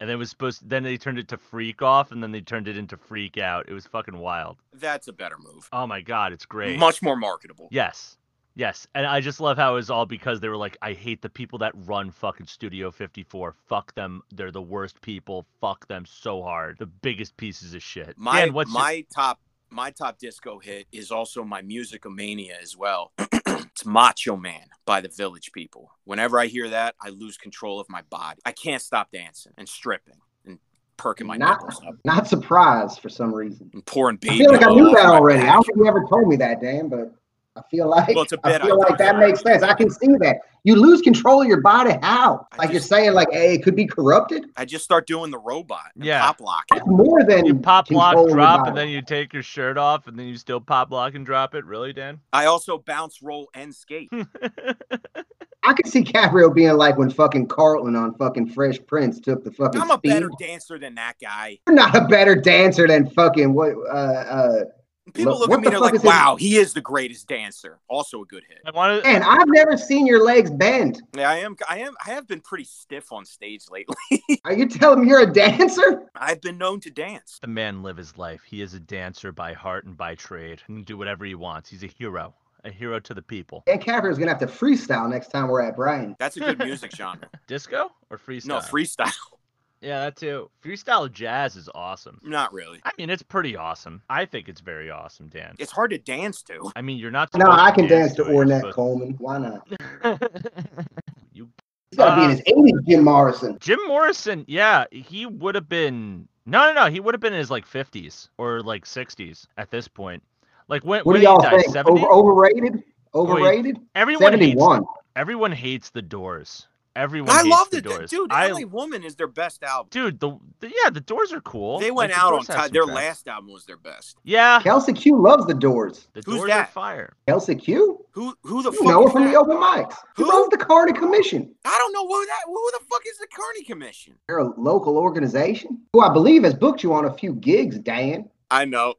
Speaker 1: And it was supposed then they turned it to Freak Off and then they turned it into Freak Out. It was fucking wild.
Speaker 3: That's a better move.
Speaker 1: Oh my god, it's great.
Speaker 3: Much more marketable.
Speaker 1: Yes. Yes. And I just love how it was all because they were like, I hate the people that run fucking Studio 54. Fuck them. They're the worst people. Fuck them so hard. The biggest pieces of shit.
Speaker 3: My
Speaker 1: Dan, what's your-
Speaker 3: my top my top disco hit is also my musicomania as well. it's Macho Man by the Village People. Whenever I hear that, I lose control of my body. I can't stop dancing and stripping and perking my
Speaker 4: Not-
Speaker 3: knuckles up
Speaker 4: Not surprised for some reason.
Speaker 3: and pouring baby.
Speaker 4: I feel like I
Speaker 3: oil
Speaker 4: knew
Speaker 3: off
Speaker 4: that
Speaker 3: my
Speaker 4: already. I
Speaker 3: back.
Speaker 4: don't think you ever told me that, Dan. But I feel like
Speaker 3: Well, it's a bit
Speaker 4: I feel like that makes sense. I can see that. You lose control of your body. How?
Speaker 3: I
Speaker 4: Like you're
Speaker 3: just-
Speaker 4: saying, like, hey, it could be corrupted.
Speaker 3: I just start doing the robot. And
Speaker 1: Yeah.
Speaker 3: Pop lock. it.
Speaker 4: That's more than
Speaker 1: You pop lock,
Speaker 4: control of your
Speaker 1: drop, and
Speaker 4: body.
Speaker 1: then you take your shirt off, and then you still pop lock and drop it. Really, Dan?
Speaker 3: I also bounce, roll, and skate.
Speaker 4: I could see Gabriel being like when fucking Carlton on fucking Fresh Prince took the fucking.
Speaker 3: I'm a
Speaker 4: speed.
Speaker 3: better dancer than that guy.
Speaker 4: You're not a better dancer than fucking what? Uh, uh,
Speaker 3: People look
Speaker 4: Look, what
Speaker 3: at me,
Speaker 4: the
Speaker 3: they're
Speaker 4: fuck
Speaker 3: like,
Speaker 4: is this-
Speaker 3: wow, he is the greatest dancer. Also a good hit.
Speaker 1: I wanted.
Speaker 4: man, I've never seen your legs bend.
Speaker 3: Yeah, I am. I am. I have been pretty stiff on stage lately.
Speaker 4: Are you telling me you're a dancer?
Speaker 3: I've been known to dance.
Speaker 1: the man live his life. He is a dancer by heart and by trade. He can do whatever he wants. He's a hero, a hero to the people.
Speaker 4: And Gabriel's gonna have to freestyle next time we're at Brian.
Speaker 3: That's a good music genre.
Speaker 1: Disco or freestyle?
Speaker 3: No, freestyle.
Speaker 1: Yeah, that too. Freestyle jazz is awesome.
Speaker 3: Not really.
Speaker 1: I mean, it's pretty awesome. I think it's very awesome, Dan.
Speaker 3: It's hard to dance to.
Speaker 1: I mean, you're not.
Speaker 4: No,
Speaker 1: supposed
Speaker 4: I can dance to
Speaker 1: it, you're
Speaker 4: Ornette
Speaker 1: supposed-
Speaker 4: Coleman. Why not?
Speaker 1: you,
Speaker 4: He's gotta
Speaker 3: Uh,
Speaker 4: be in his 80s, Jim Morrison.
Speaker 1: Jim Morrison. Yeah, he would have been. No, no, no. He would have been in his like 50s or like 60s at this point. Like when,
Speaker 4: What
Speaker 1: when
Speaker 4: do y'all
Speaker 1: he died,
Speaker 4: think?
Speaker 1: 70?
Speaker 4: Over, overrated?
Speaker 3: Oh,
Speaker 4: Overrated?
Speaker 1: Everyone hates
Speaker 4: 71.
Speaker 1: Everyone hates the Doors. Everyone.
Speaker 3: I
Speaker 1: hates
Speaker 3: love
Speaker 1: the
Speaker 3: the
Speaker 1: Doors.
Speaker 3: dude.
Speaker 1: I,
Speaker 3: LA Woman is their best album.
Speaker 1: dude, the, the yeah, the Doors are cool.
Speaker 3: They went
Speaker 1: Like, the
Speaker 3: out on
Speaker 1: Doors have
Speaker 3: time.
Speaker 1: some
Speaker 3: Their
Speaker 1: tracks.
Speaker 3: last album was their best.
Speaker 1: Yeah,
Speaker 4: Kelsey Q loves the doors.
Speaker 1: the
Speaker 3: Who's
Speaker 1: Doors are
Speaker 3: that?
Speaker 1: fire.
Speaker 4: Kelsey Q?
Speaker 3: Who? Who the
Speaker 4: You
Speaker 3: fuck?
Speaker 4: know her
Speaker 3: is
Speaker 4: from
Speaker 3: that?
Speaker 4: the open mics. Who
Speaker 3: Who?
Speaker 4: owns the Carney Commission?
Speaker 3: I don't know who that. Who the fuck is the Kearney Commission?
Speaker 4: They're a local organization who I believe has booked you on a few gigs, Dan.
Speaker 3: I know.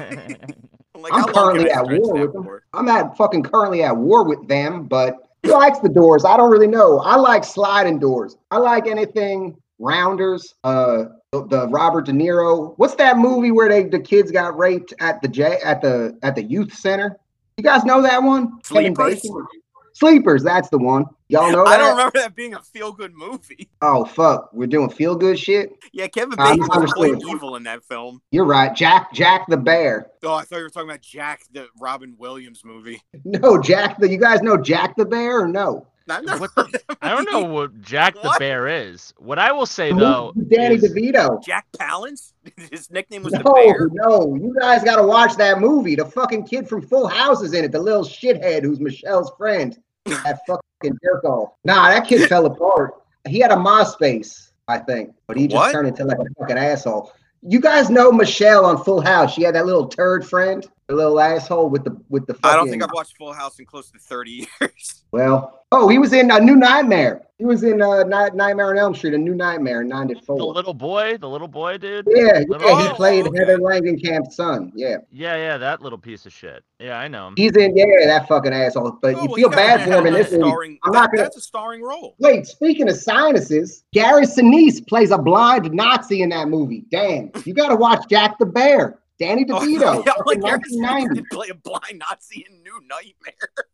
Speaker 3: Like,
Speaker 4: I'm
Speaker 3: how long can
Speaker 4: currently
Speaker 3: I
Speaker 4: at
Speaker 3: stretch
Speaker 4: war
Speaker 3: that
Speaker 4: with them.
Speaker 3: for?
Speaker 4: I'm at fucking currently at war with them, but who likes the doors? I don't really know. I like sliding doors. I like anything rounders. Uh, the, the Robert De Niro. What's that movie where they the kids got raped at the J at the at the youth center? You guys know that one? Kevin
Speaker 3: Sleepers?
Speaker 4: Bacon? Sleepers. That's the one. Y'all know that?
Speaker 3: I don't remember that being a feel-good movie.
Speaker 4: Oh fuck, we're doing feel good shit.
Speaker 3: Yeah, Kevin
Speaker 4: I
Speaker 3: Bacon was playing
Speaker 4: understand.
Speaker 3: evil in that film.
Speaker 4: You're right, Jack. Jack the Bear.
Speaker 3: Oh, I thought you were talking about Jack, the Robin Williams movie.
Speaker 4: No, Jack the. You guys know Jack the Bear or no?
Speaker 3: I've never
Speaker 1: What
Speaker 3: heard that
Speaker 1: I don't know
Speaker 3: movie.
Speaker 1: what Jack the
Speaker 3: What?
Speaker 1: Bear is. What I will say
Speaker 4: The movie
Speaker 1: though,
Speaker 4: with Danny
Speaker 1: is-
Speaker 4: DeVito.
Speaker 3: Jack Palance? His nickname was the
Speaker 4: No,
Speaker 3: Bear.
Speaker 4: no, you guys got to watch that movie. The fucking kid from Full House is in it. The little shithead who's Michelle's friend. That fucking jerk off. Nah, that kid fell apart. He had a MySpace, I think, but he just
Speaker 3: What?
Speaker 4: turned into like a fucking asshole. You guys know Michelle on Full House. She had that little turd friend, the little asshole with the with the. Fucking,
Speaker 3: I don't think I've watched Full House in close to 30 years.
Speaker 4: Well, oh, he was in a New Nightmare. He was in uh, Night- Nightmare on Elm Street, a New Nightmare, in
Speaker 1: the
Speaker 4: '94.
Speaker 1: little boy, the little boy dude.
Speaker 4: yeah, yeah,
Speaker 1: Oh,
Speaker 4: he played
Speaker 3: okay. Mm-hmm.
Speaker 4: Heather Langenkamp's son. Yeah.
Speaker 1: Yeah, yeah, that little piece of shit. Yeah, I know him.
Speaker 4: He's in, yeah, that fucking asshole. But
Speaker 3: Oh,
Speaker 4: you
Speaker 3: well,
Speaker 4: feel
Speaker 3: yeah,
Speaker 4: bad for him in
Speaker 3: that's
Speaker 4: this
Speaker 3: a
Speaker 4: movie.
Speaker 3: starring-
Speaker 4: I'm not
Speaker 3: that-
Speaker 4: gonna-
Speaker 3: That's a starring role.
Speaker 4: Wait, speaking of sinuses, Gary Sinise plays a blind Nazi in that movie. Damn, you got to watch Jack the Bear, Danny
Speaker 3: Oh,
Speaker 4: DeVito,
Speaker 3: yeah, I'm
Speaker 4: fucking
Speaker 3: like, Harrison
Speaker 4: 1990.
Speaker 3: did play a blind Nazi in New Nightmare.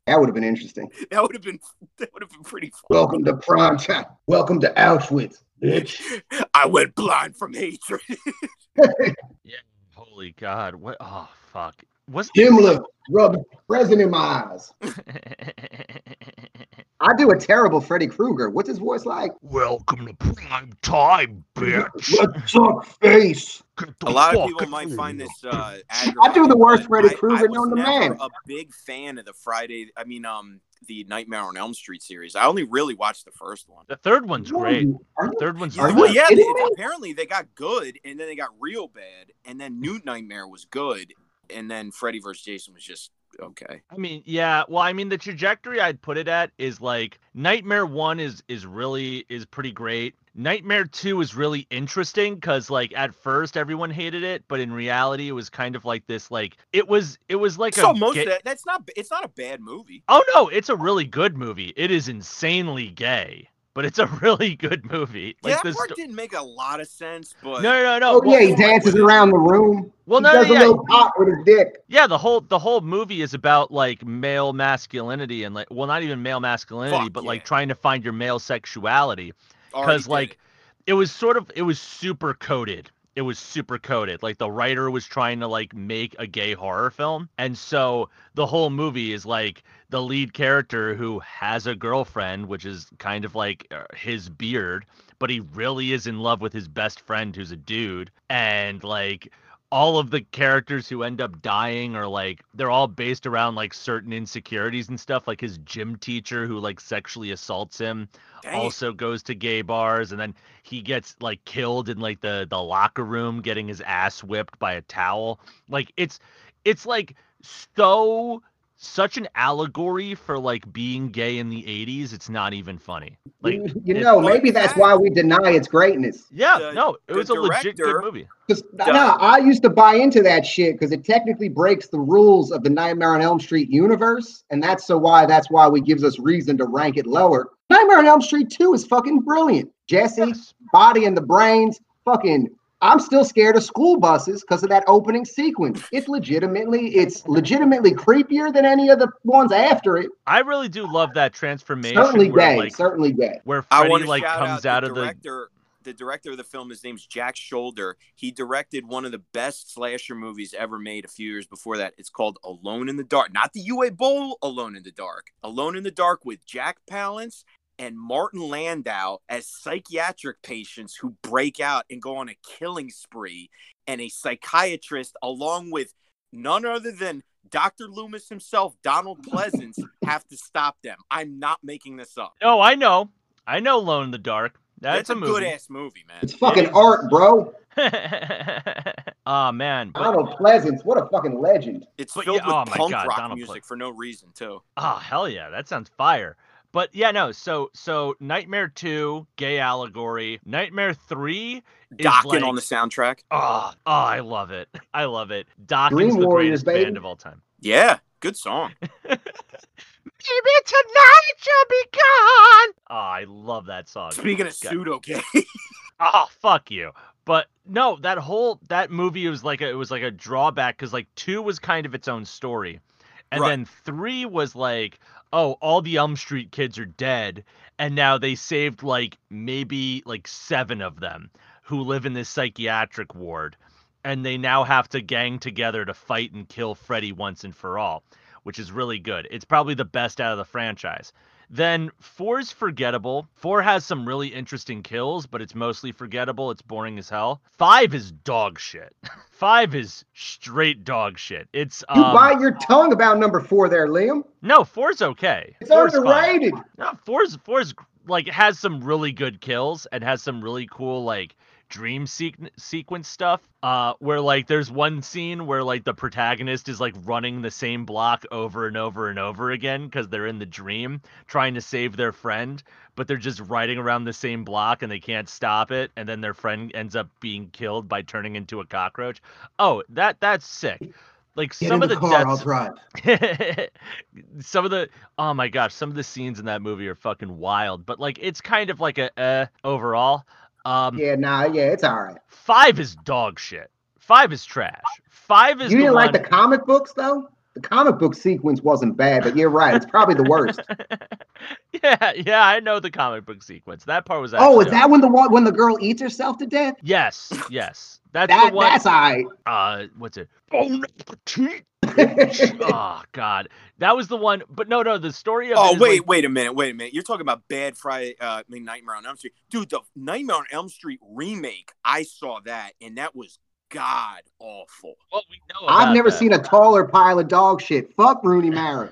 Speaker 4: That would have been interesting.
Speaker 3: That would have been that would have been pretty fun.
Speaker 4: Welcome to prime time. Welcome to Auschwitz, bitch.
Speaker 3: I went blind from hatred.
Speaker 1: Yeah. Holy God. What? Oh fuck. Was
Speaker 4: Himmler rubbed resin in my eyes. I do a terrible Freddy Krueger. What's his voice like?
Speaker 1: Welcome to prime time,
Speaker 4: What's up, face?
Speaker 3: A lot of people might find this uh,
Speaker 4: I do the worst
Speaker 3: aggravating, but
Speaker 4: Freddy
Speaker 3: I-
Speaker 4: Krueger
Speaker 3: I was
Speaker 4: known to
Speaker 3: never
Speaker 4: man.
Speaker 3: A big fan of the Friday. I mean, um, the Nightmare on Elm Street series. I only really watched the first one.
Speaker 1: The third one's
Speaker 4: What are
Speaker 1: great.
Speaker 4: you- are you-
Speaker 1: Third one's
Speaker 4: Are
Speaker 1: the
Speaker 3: Yeah,
Speaker 4: you
Speaker 3: well,
Speaker 1: best.
Speaker 3: yeah.
Speaker 4: kidding
Speaker 3: They,
Speaker 4: me?
Speaker 3: apparently, they got good, and then they got real bad, and then New Nightmare was good, and then Freddy vs. Jason was just okay.
Speaker 1: I mean, yeah. Well, I mean, the trajectory I'd put it at is like Nightmare One is is really is pretty great. Nightmare Two is really interesting because like at first everyone hated it, but in reality it was kind of like this like it was it was like
Speaker 3: so
Speaker 1: a
Speaker 3: most e
Speaker 1: ga-
Speaker 3: of that, that's not it's not a bad movie.
Speaker 1: Oh no, it's a really good movie. It is insanely gay, but it's a really good movie.
Speaker 3: yeah,
Speaker 1: Like
Speaker 3: that
Speaker 1: the
Speaker 3: part
Speaker 1: sto-
Speaker 3: didn't make a lot of sense, but
Speaker 1: no, no, no, no.
Speaker 4: Oh,
Speaker 1: well-
Speaker 4: yeah, he dances around the room.
Speaker 1: Well,
Speaker 4: he
Speaker 1: no,
Speaker 4: does
Speaker 1: no,
Speaker 4: a
Speaker 1: yeah,
Speaker 4: little pop with his dick.
Speaker 1: yeah. The whole the whole movie is about like male masculinity and like well, not even male masculinity,
Speaker 3: Fuck
Speaker 1: but like
Speaker 3: yeah.
Speaker 1: trying to find your male sexuality.
Speaker 3: already
Speaker 1: Because
Speaker 3: did
Speaker 1: like
Speaker 3: it.
Speaker 1: it was sort of it was super coded. It was super coded. Like the writer was trying to like make a gay horror film, and so the whole movie is like the lead character who has a girlfriend, which is kind of like uh, his beard, but he really is in love with his best friend who's a dude, and like all of the characters who end up dying are like they're all based around like certain insecurities and stuff like his gym teacher who like sexually assaults him
Speaker 3: Dang.
Speaker 1: also goes to gay bars and then he gets like killed in like the the locker room getting his ass whipped by a towel like it's it's like so such an allegory for like being gay in the 80s it's not even funny like
Speaker 4: you, you
Speaker 1: it-
Speaker 4: know,
Speaker 3: like
Speaker 4: maybe that's
Speaker 3: that-
Speaker 4: why we deny its greatness.
Speaker 1: yeah
Speaker 3: the-
Speaker 1: no it
Speaker 3: the
Speaker 1: was a legit good
Speaker 3: director-
Speaker 1: movie
Speaker 4: Because
Speaker 3: Duh.
Speaker 4: no, I used to buy into that shit because it technically breaks the rules of the Nightmare on Elm Street universe, and that's so why that's why we gives us reason to rank it lower. Nightmare on Elm Street Two is fucking brilliant. Jesse,
Speaker 1: Yes.
Speaker 4: body and the brains, fucking. I'm still scared of school buses because of that opening sequence. It's legitimately, it's legitimately creepier than any of the ones after it.
Speaker 1: i really do love that transformation
Speaker 4: Certainly
Speaker 1: where,
Speaker 4: gay,
Speaker 1: like,
Speaker 4: certainly gay.
Speaker 1: where
Speaker 3: I
Speaker 1: Freddy
Speaker 3: want to
Speaker 1: like
Speaker 3: shout
Speaker 1: comes
Speaker 3: out,
Speaker 1: out,
Speaker 3: the
Speaker 1: of
Speaker 3: director. The director of the film, his name's Jack Shoulder. He directed one of the best slasher movies ever made a few years before that. It's called Alone in the Dark, not the UA Bowl Alone in the Dark. Alone in the Dark with Jack Palance and Martin Landau as psychiatric patients who break out and go on a killing spree. And a psychiatrist, along with none other than Dr. Loomis himself, Donald Pleasance, have to stop them. I'm not making this up.
Speaker 1: the oh i know i know lone in the dark that's
Speaker 3: That's
Speaker 1: a
Speaker 3: good
Speaker 1: movie
Speaker 3: ass movie, man.
Speaker 4: It's fucking art, bro.
Speaker 1: oh man but-
Speaker 4: Donald Pleasance, what a fucking legend.
Speaker 3: It's
Speaker 1: But
Speaker 3: filled
Speaker 1: yeah-
Speaker 3: with
Speaker 1: oh my
Speaker 3: punk
Speaker 1: God,
Speaker 3: rock
Speaker 1: Donald
Speaker 3: music
Speaker 1: Pleasance.
Speaker 3: for no reason, too.
Speaker 1: Oh hell yeah, that sounds fire. But yeah, no. So so Nightmare Two, gay allegory. Nightmare Three is
Speaker 3: Docking
Speaker 1: like,
Speaker 3: on the soundtrack.
Speaker 1: Oh, oh, I love it. I love it. Dockin's
Speaker 4: Dream
Speaker 1: the
Speaker 4: Warriors,
Speaker 1: greatest
Speaker 4: baby.
Speaker 1: band of all time.
Speaker 3: Yeah, good song.
Speaker 1: Oh, Maybe tonight you'll be gone. Oh, I love that song.
Speaker 3: Speaking of
Speaker 1: God.
Speaker 3: pseudo gay,
Speaker 1: oh fuck you but no that whole that movie was like a, it was like a drawback because like two was kind of its own story and
Speaker 3: Right.
Speaker 1: then three was like oh all the elm street kids are dead and now they saved like maybe like seven of them who live in this psychiatric ward and they now have to gang together to fight and kill freddy once and for all which is really good it's probably the best out of the franchise then four is forgettable. Four has some really interesting kills, but it's mostly forgettable. It's boring as hell. Five is dog shit. Five is straight dog shit. It's
Speaker 4: You
Speaker 1: um,
Speaker 4: bite your tongue about number four there, Liam.
Speaker 1: no four's okay.
Speaker 4: It's
Speaker 1: Four's fine.
Speaker 4: underrated.
Speaker 1: No, four's four's like has some really good kills and has some really cool like dream sequ- sequence stuff. Uh, where like there's one scene where like the protagonist is like running the same block over and over and over again because they're in the dream trying to save their friend, but they're just riding around the same block and they can't stop it, and then their friend ends up being killed by turning into a cockroach. Oh, that that's sick. Like some of the deaths,
Speaker 4: drive.
Speaker 1: some of the oh my gosh, some of the scenes in that movie are fucking wild. But like, it's kind of like a uh, overall. Um,
Speaker 4: Yeah, nah, yeah, it's all right.
Speaker 1: five is dog shit. Five is trash. Five
Speaker 4: You
Speaker 1: is
Speaker 4: didn't
Speaker 1: the
Speaker 4: like the
Speaker 1: one-
Speaker 4: comic books though. The comic book sequence wasn't bad, but you're right. It's probably the worst.
Speaker 1: yeah, yeah, I know the comic book sequence. That part was.
Speaker 4: oh, is
Speaker 1: actually-
Speaker 4: that when the one when the girl eats herself to death?
Speaker 1: Yes, yes. That's
Speaker 4: that
Speaker 1: the one.
Speaker 4: that's all right.
Speaker 1: uh what's it bon appetit oh god that was the one but no no the story of it
Speaker 3: oh
Speaker 1: is,
Speaker 3: wait,
Speaker 1: like-
Speaker 3: wait a minute, wait a minute. You're talking about Bad Friday, uh, I mean Nightmare on Elm Street, dude. The Nightmare on Elm Street remake, I saw that, and that was god awful.
Speaker 1: what we know
Speaker 4: I've
Speaker 1: about
Speaker 4: never
Speaker 1: that.
Speaker 4: seen a taller pile of dog shit. Fuck Rooney Mara.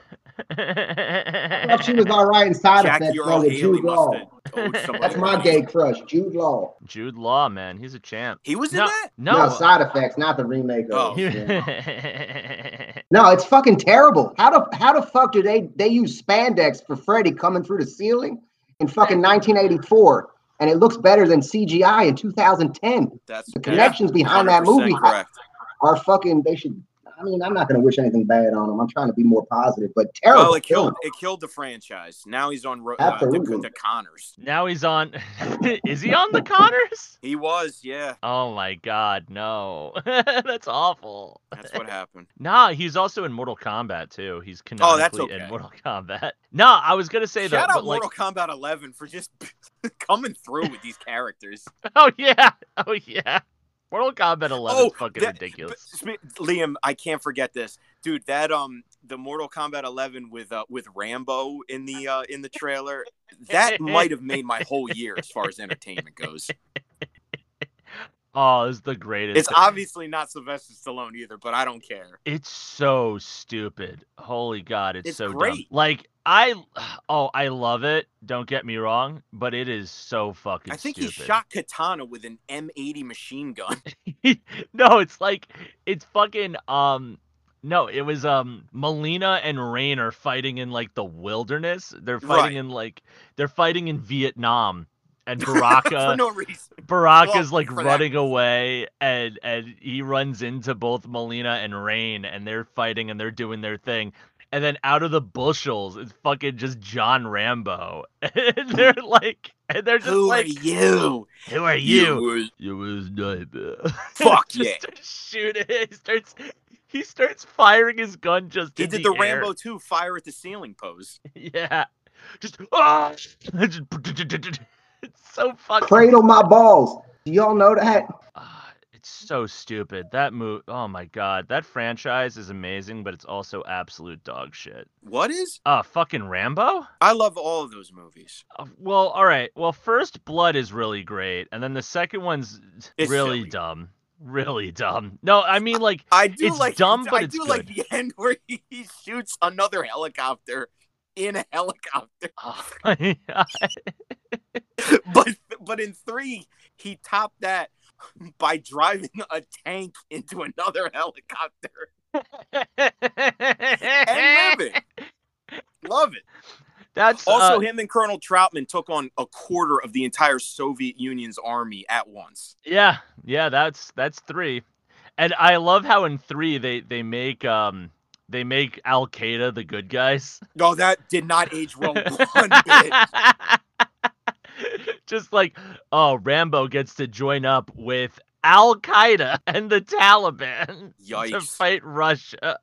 Speaker 4: I thought she was all right inside of
Speaker 3: Jackie
Speaker 4: that
Speaker 3: Earl
Speaker 4: with
Speaker 3: Haley
Speaker 4: Jude
Speaker 3: must
Speaker 4: Law.
Speaker 3: have owed somebody
Speaker 4: That's my
Speaker 3: money.
Speaker 4: gay crush, Jude Law.
Speaker 1: Jude Law, man, he's a champ.
Speaker 3: He was in
Speaker 1: No,
Speaker 3: that.
Speaker 1: no,
Speaker 4: side effects, not the remake. Of.
Speaker 3: Oh.
Speaker 4: it. Yeah.
Speaker 1: He-
Speaker 4: No, it's fucking terrible. How the how the fuck do they they use spandex for Freddy coming through the ceiling in fucking 1984, and it looks better than CGI in 2010.
Speaker 3: That's
Speaker 4: The connections behind that
Speaker 3: 100%
Speaker 4: movie
Speaker 3: Correct.
Speaker 4: are fucking. They should. I mean, I'm not gonna wish anything bad on them. I'm trying to be more positive, but terrible.
Speaker 3: Well, it
Speaker 4: film.
Speaker 3: killed it killed the franchise. Now he's on ro- uh, the,
Speaker 4: Absolutely.
Speaker 3: the Connors.
Speaker 1: now he's on. Is he on the Connors?
Speaker 3: He was, yeah.
Speaker 1: Oh my God, no, that's awful.
Speaker 3: That's what happened.
Speaker 1: Nah, he's also in Mortal Kombat too. He's canonically
Speaker 3: Oh, that's
Speaker 1: in
Speaker 3: okay.
Speaker 1: Mortal Kombat. Nah, I was gonna say
Speaker 3: Shout
Speaker 1: though,
Speaker 3: out
Speaker 1: but like,
Speaker 3: Mortal Kombat 11 for just coming through with these characters.
Speaker 1: oh yeah, oh yeah, Mortal Kombat 11 is
Speaker 3: Oh,
Speaker 1: fucking
Speaker 3: that- But,
Speaker 1: ridiculous.
Speaker 3: spe- Liam, I can't forget this, dude. That um, the Mortal Kombat 11 with uh, with Rambo in the uh, in the trailer. That might have made my whole year as far as entertainment goes.
Speaker 1: Oh, it's the greatest.
Speaker 3: It's obviously not Sylvester Stallone either, but I don't care.
Speaker 1: It's so stupid. Holy God, it's,
Speaker 3: It's
Speaker 1: so dumb.
Speaker 3: great.
Speaker 1: Like I, oh, I love it. Don't get me wrong, but it is so fucking.
Speaker 3: I think
Speaker 1: stupid.
Speaker 3: he shot Katana with an M80 machine gun.
Speaker 1: no, it's like it's fucking um. No, it was um Molina and Rain are fighting in like the wilderness. They're fighting
Speaker 3: Right.
Speaker 1: in like they're fighting in Vietnam, and
Speaker 3: for
Speaker 1: Baraka
Speaker 3: no reason.
Speaker 1: Baraka's
Speaker 3: Well,
Speaker 1: like
Speaker 3: for that
Speaker 1: running away and and he runs into both Molina and Rain and they're fighting and they're doing their thing. And then out of the bushels is fucking just John Rambo. And they're like and they're just
Speaker 3: Who
Speaker 1: like
Speaker 3: are you?
Speaker 1: Who are you?
Speaker 3: were-
Speaker 1: You was nightmare.
Speaker 3: Fuck
Speaker 1: just
Speaker 3: yeah.
Speaker 1: starts Shooting he starts he starts firing his gun just
Speaker 3: He
Speaker 1: in
Speaker 3: did the,
Speaker 1: air.
Speaker 3: Rambo 2 fire at the ceiling pose.
Speaker 1: Yeah. Just ah Just- it's so fucking
Speaker 4: Cradle my balls. Do y'all know that?
Speaker 1: Ah, it's
Speaker 3: Mm.
Speaker 1: so stupid. That move. Oh my god, that franchise is amazing, but it's also absolute dog shit.
Speaker 3: What is?
Speaker 1: Uh, fucking Rambo.
Speaker 3: I love all of those movies.
Speaker 1: Uh, well, all right. Well, First Blood is really great, and then the second one's
Speaker 3: It's
Speaker 1: really
Speaker 3: silly.
Speaker 1: dumb. Really dumb. No, I mean like
Speaker 3: I do
Speaker 1: It's
Speaker 3: like
Speaker 1: dumb, but
Speaker 3: I
Speaker 1: it's
Speaker 3: do like the end where he he shoots another helicopter in a helicopter.
Speaker 1: oh my God.
Speaker 3: But but in 3 he topped that by driving a tank into another helicopter and living. Love it.
Speaker 1: That's
Speaker 3: Also,
Speaker 1: uh,
Speaker 3: him and Colonel Troutman took on a quarter of the entire Soviet Union's army at once.
Speaker 1: Yeah, yeah, that's that's three, and I love how in three they they make um they make Al Qaeda the good guys.
Speaker 3: No, Oh, that did not age well one bit.
Speaker 1: Just like oh, Rambo gets to join up with Al Qaeda and the Taliban to
Speaker 3: Yikes.
Speaker 1: fight Russia.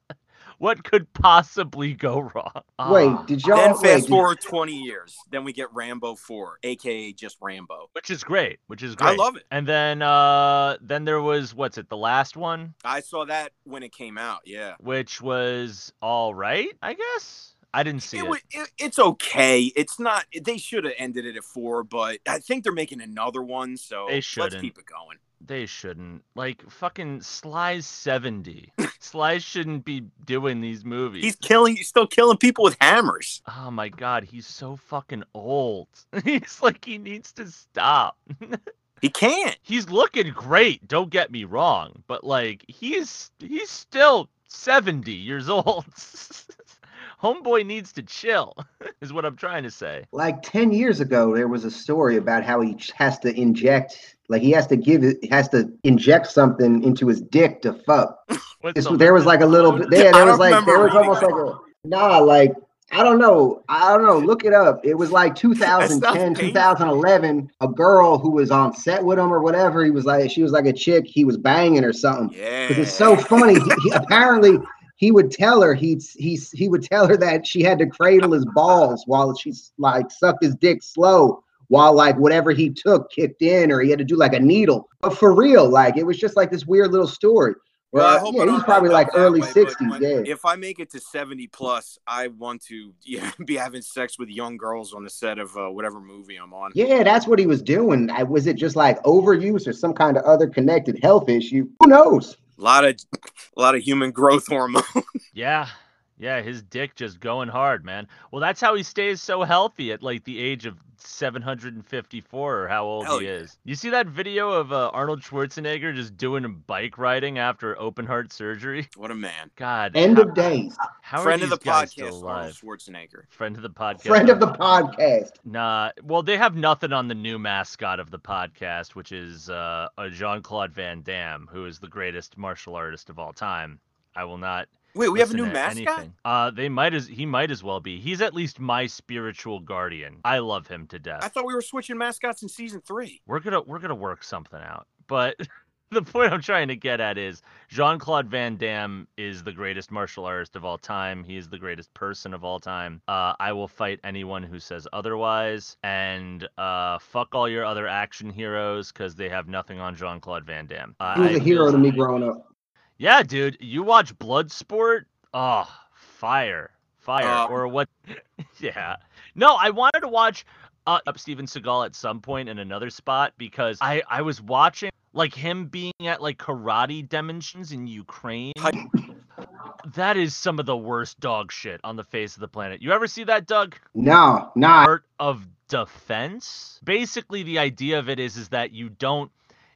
Speaker 1: What could possibly go wrong? Ah,
Speaker 4: Wait, did y'all?
Speaker 3: Uh, Then
Speaker 4: wait,
Speaker 3: fast
Speaker 4: did-
Speaker 3: forward 20 years, then we get Rambo 4, aka just Rambo.
Speaker 1: Ah, which is great, which is great.
Speaker 3: I love it.
Speaker 1: And then uh then there was what's it, the last one,
Speaker 3: I saw that when it came out. Yeah.
Speaker 1: which was all right, I guess. I didn't see
Speaker 3: It,
Speaker 1: it.
Speaker 3: wa- it, it's okay. It's not. They should have ended it at four, but I think they're making another one, so
Speaker 1: They
Speaker 3: let's
Speaker 1: shouldn't.
Speaker 3: keep it going.
Speaker 1: They shouldn't. Like fucking Sly's 70. Sly shouldn't be doing these movies.
Speaker 3: He's killing. He's still killing people with hammers.
Speaker 1: Oh my god, he's so fucking old. he's like he needs to stop.
Speaker 3: He can't.
Speaker 1: He's looking great, don't get me wrong, but like he's he's still 70 years old. Homeboy needs to chill, is what I'm trying to say.
Speaker 4: Like ten years ago, there was a story about how he ch- has to inject, like he has to give, it- has to inject something into his dick to fuck.
Speaker 1: What's
Speaker 4: It's,
Speaker 1: the
Speaker 4: there was like a little
Speaker 1: load?
Speaker 4: bit. Yeah, there
Speaker 3: I
Speaker 4: was
Speaker 3: don't
Speaker 4: like
Speaker 3: remember
Speaker 4: there was
Speaker 3: reading
Speaker 4: almost like
Speaker 3: that.
Speaker 4: a nah, like I don't know, I don't know. Look it up. It was like 2010,
Speaker 3: painful.
Speaker 4: 2011. A girl who was on set with him or whatever. He was like, she was like a chick. He was banging or something.
Speaker 3: Yeah.
Speaker 4: Because Um, it's so funny. He, he- apparently, he would tell her he he he would tell her that she had to cradle his balls while she like sucked his dick slow while like whatever he took kicked in or he had to do like a needle. But for real, like it was just like this weird little story. Well,
Speaker 3: Well, I hope
Speaker 4: yeah,
Speaker 3: I
Speaker 4: he
Speaker 3: don't
Speaker 4: was probably
Speaker 3: end up
Speaker 4: like
Speaker 3: that
Speaker 4: early
Speaker 3: way, but
Speaker 4: sixties.
Speaker 3: when-
Speaker 4: Yeah,
Speaker 3: If I make it to 70 plus, I want to yeah, be having sex with young girls on the set of uh, whatever movie I'm on.
Speaker 4: yeah, that's what he was doing. I, was it just like overuse or some kind of other connected health issue? Who knows?
Speaker 3: A lot of a lot of human growth hormone.
Speaker 1: Yeah. Yeah, his dick just going hard, man. Well, that's how he stays so healthy at like the age of 754 or how old
Speaker 3: Hell
Speaker 1: he
Speaker 3: yeah.
Speaker 1: is. You see that video of uh, Arnold Schwarzenegger just doing a bike riding after open heart surgery?
Speaker 3: what a man.
Speaker 1: God.
Speaker 4: End
Speaker 1: how,
Speaker 4: of days.
Speaker 1: how
Speaker 3: Friend
Speaker 1: are
Speaker 3: of
Speaker 1: these
Speaker 3: the
Speaker 1: guys still
Speaker 3: podcast, Arnold
Speaker 1: alive?
Speaker 3: Schwarzenegger.
Speaker 1: Friend of the podcast.
Speaker 4: Friend of the podcast.
Speaker 1: Nah, well, they have nothing on the new mascot of the podcast, which is uh, Jean Claude Van Damme, who is the greatest martial artist of all time. I will not
Speaker 3: Wait, we have a new
Speaker 1: listen to
Speaker 3: mascot?
Speaker 1: anything. Uh, they might as he might as well be. He's at least my spiritual guardian. I love him to death.
Speaker 3: I thought we were switching mascots in season three.
Speaker 1: We're gonna we're gonna work something out. But the point I'm trying to get at is Jean Claude Van Damme is the greatest martial artist of all time. He is the greatest person of all time. Uh, I will fight anyone who says otherwise. And uh, fuck all your other action heroes because they have nothing on Jean Claude Van Damme. Uh,
Speaker 4: He was
Speaker 1: I
Speaker 4: a hero
Speaker 1: feel
Speaker 4: to me
Speaker 1: sorry.
Speaker 4: growing up.
Speaker 1: Yeah, dude, you watch Bloodsport? Oh, fire. Fire.
Speaker 3: Uh,
Speaker 1: or what? yeah. No, I wanted to watch uh, up Steven Seagal at some point in another spot because I, I was watching like him being at like karate demonstrations in Ukraine.
Speaker 3: Hi-
Speaker 1: That is some of the worst dog shit on the face of the planet. You ever see that, Doug?
Speaker 4: No, nah.
Speaker 1: art of defense. Basically, the idea of it is is that you don't,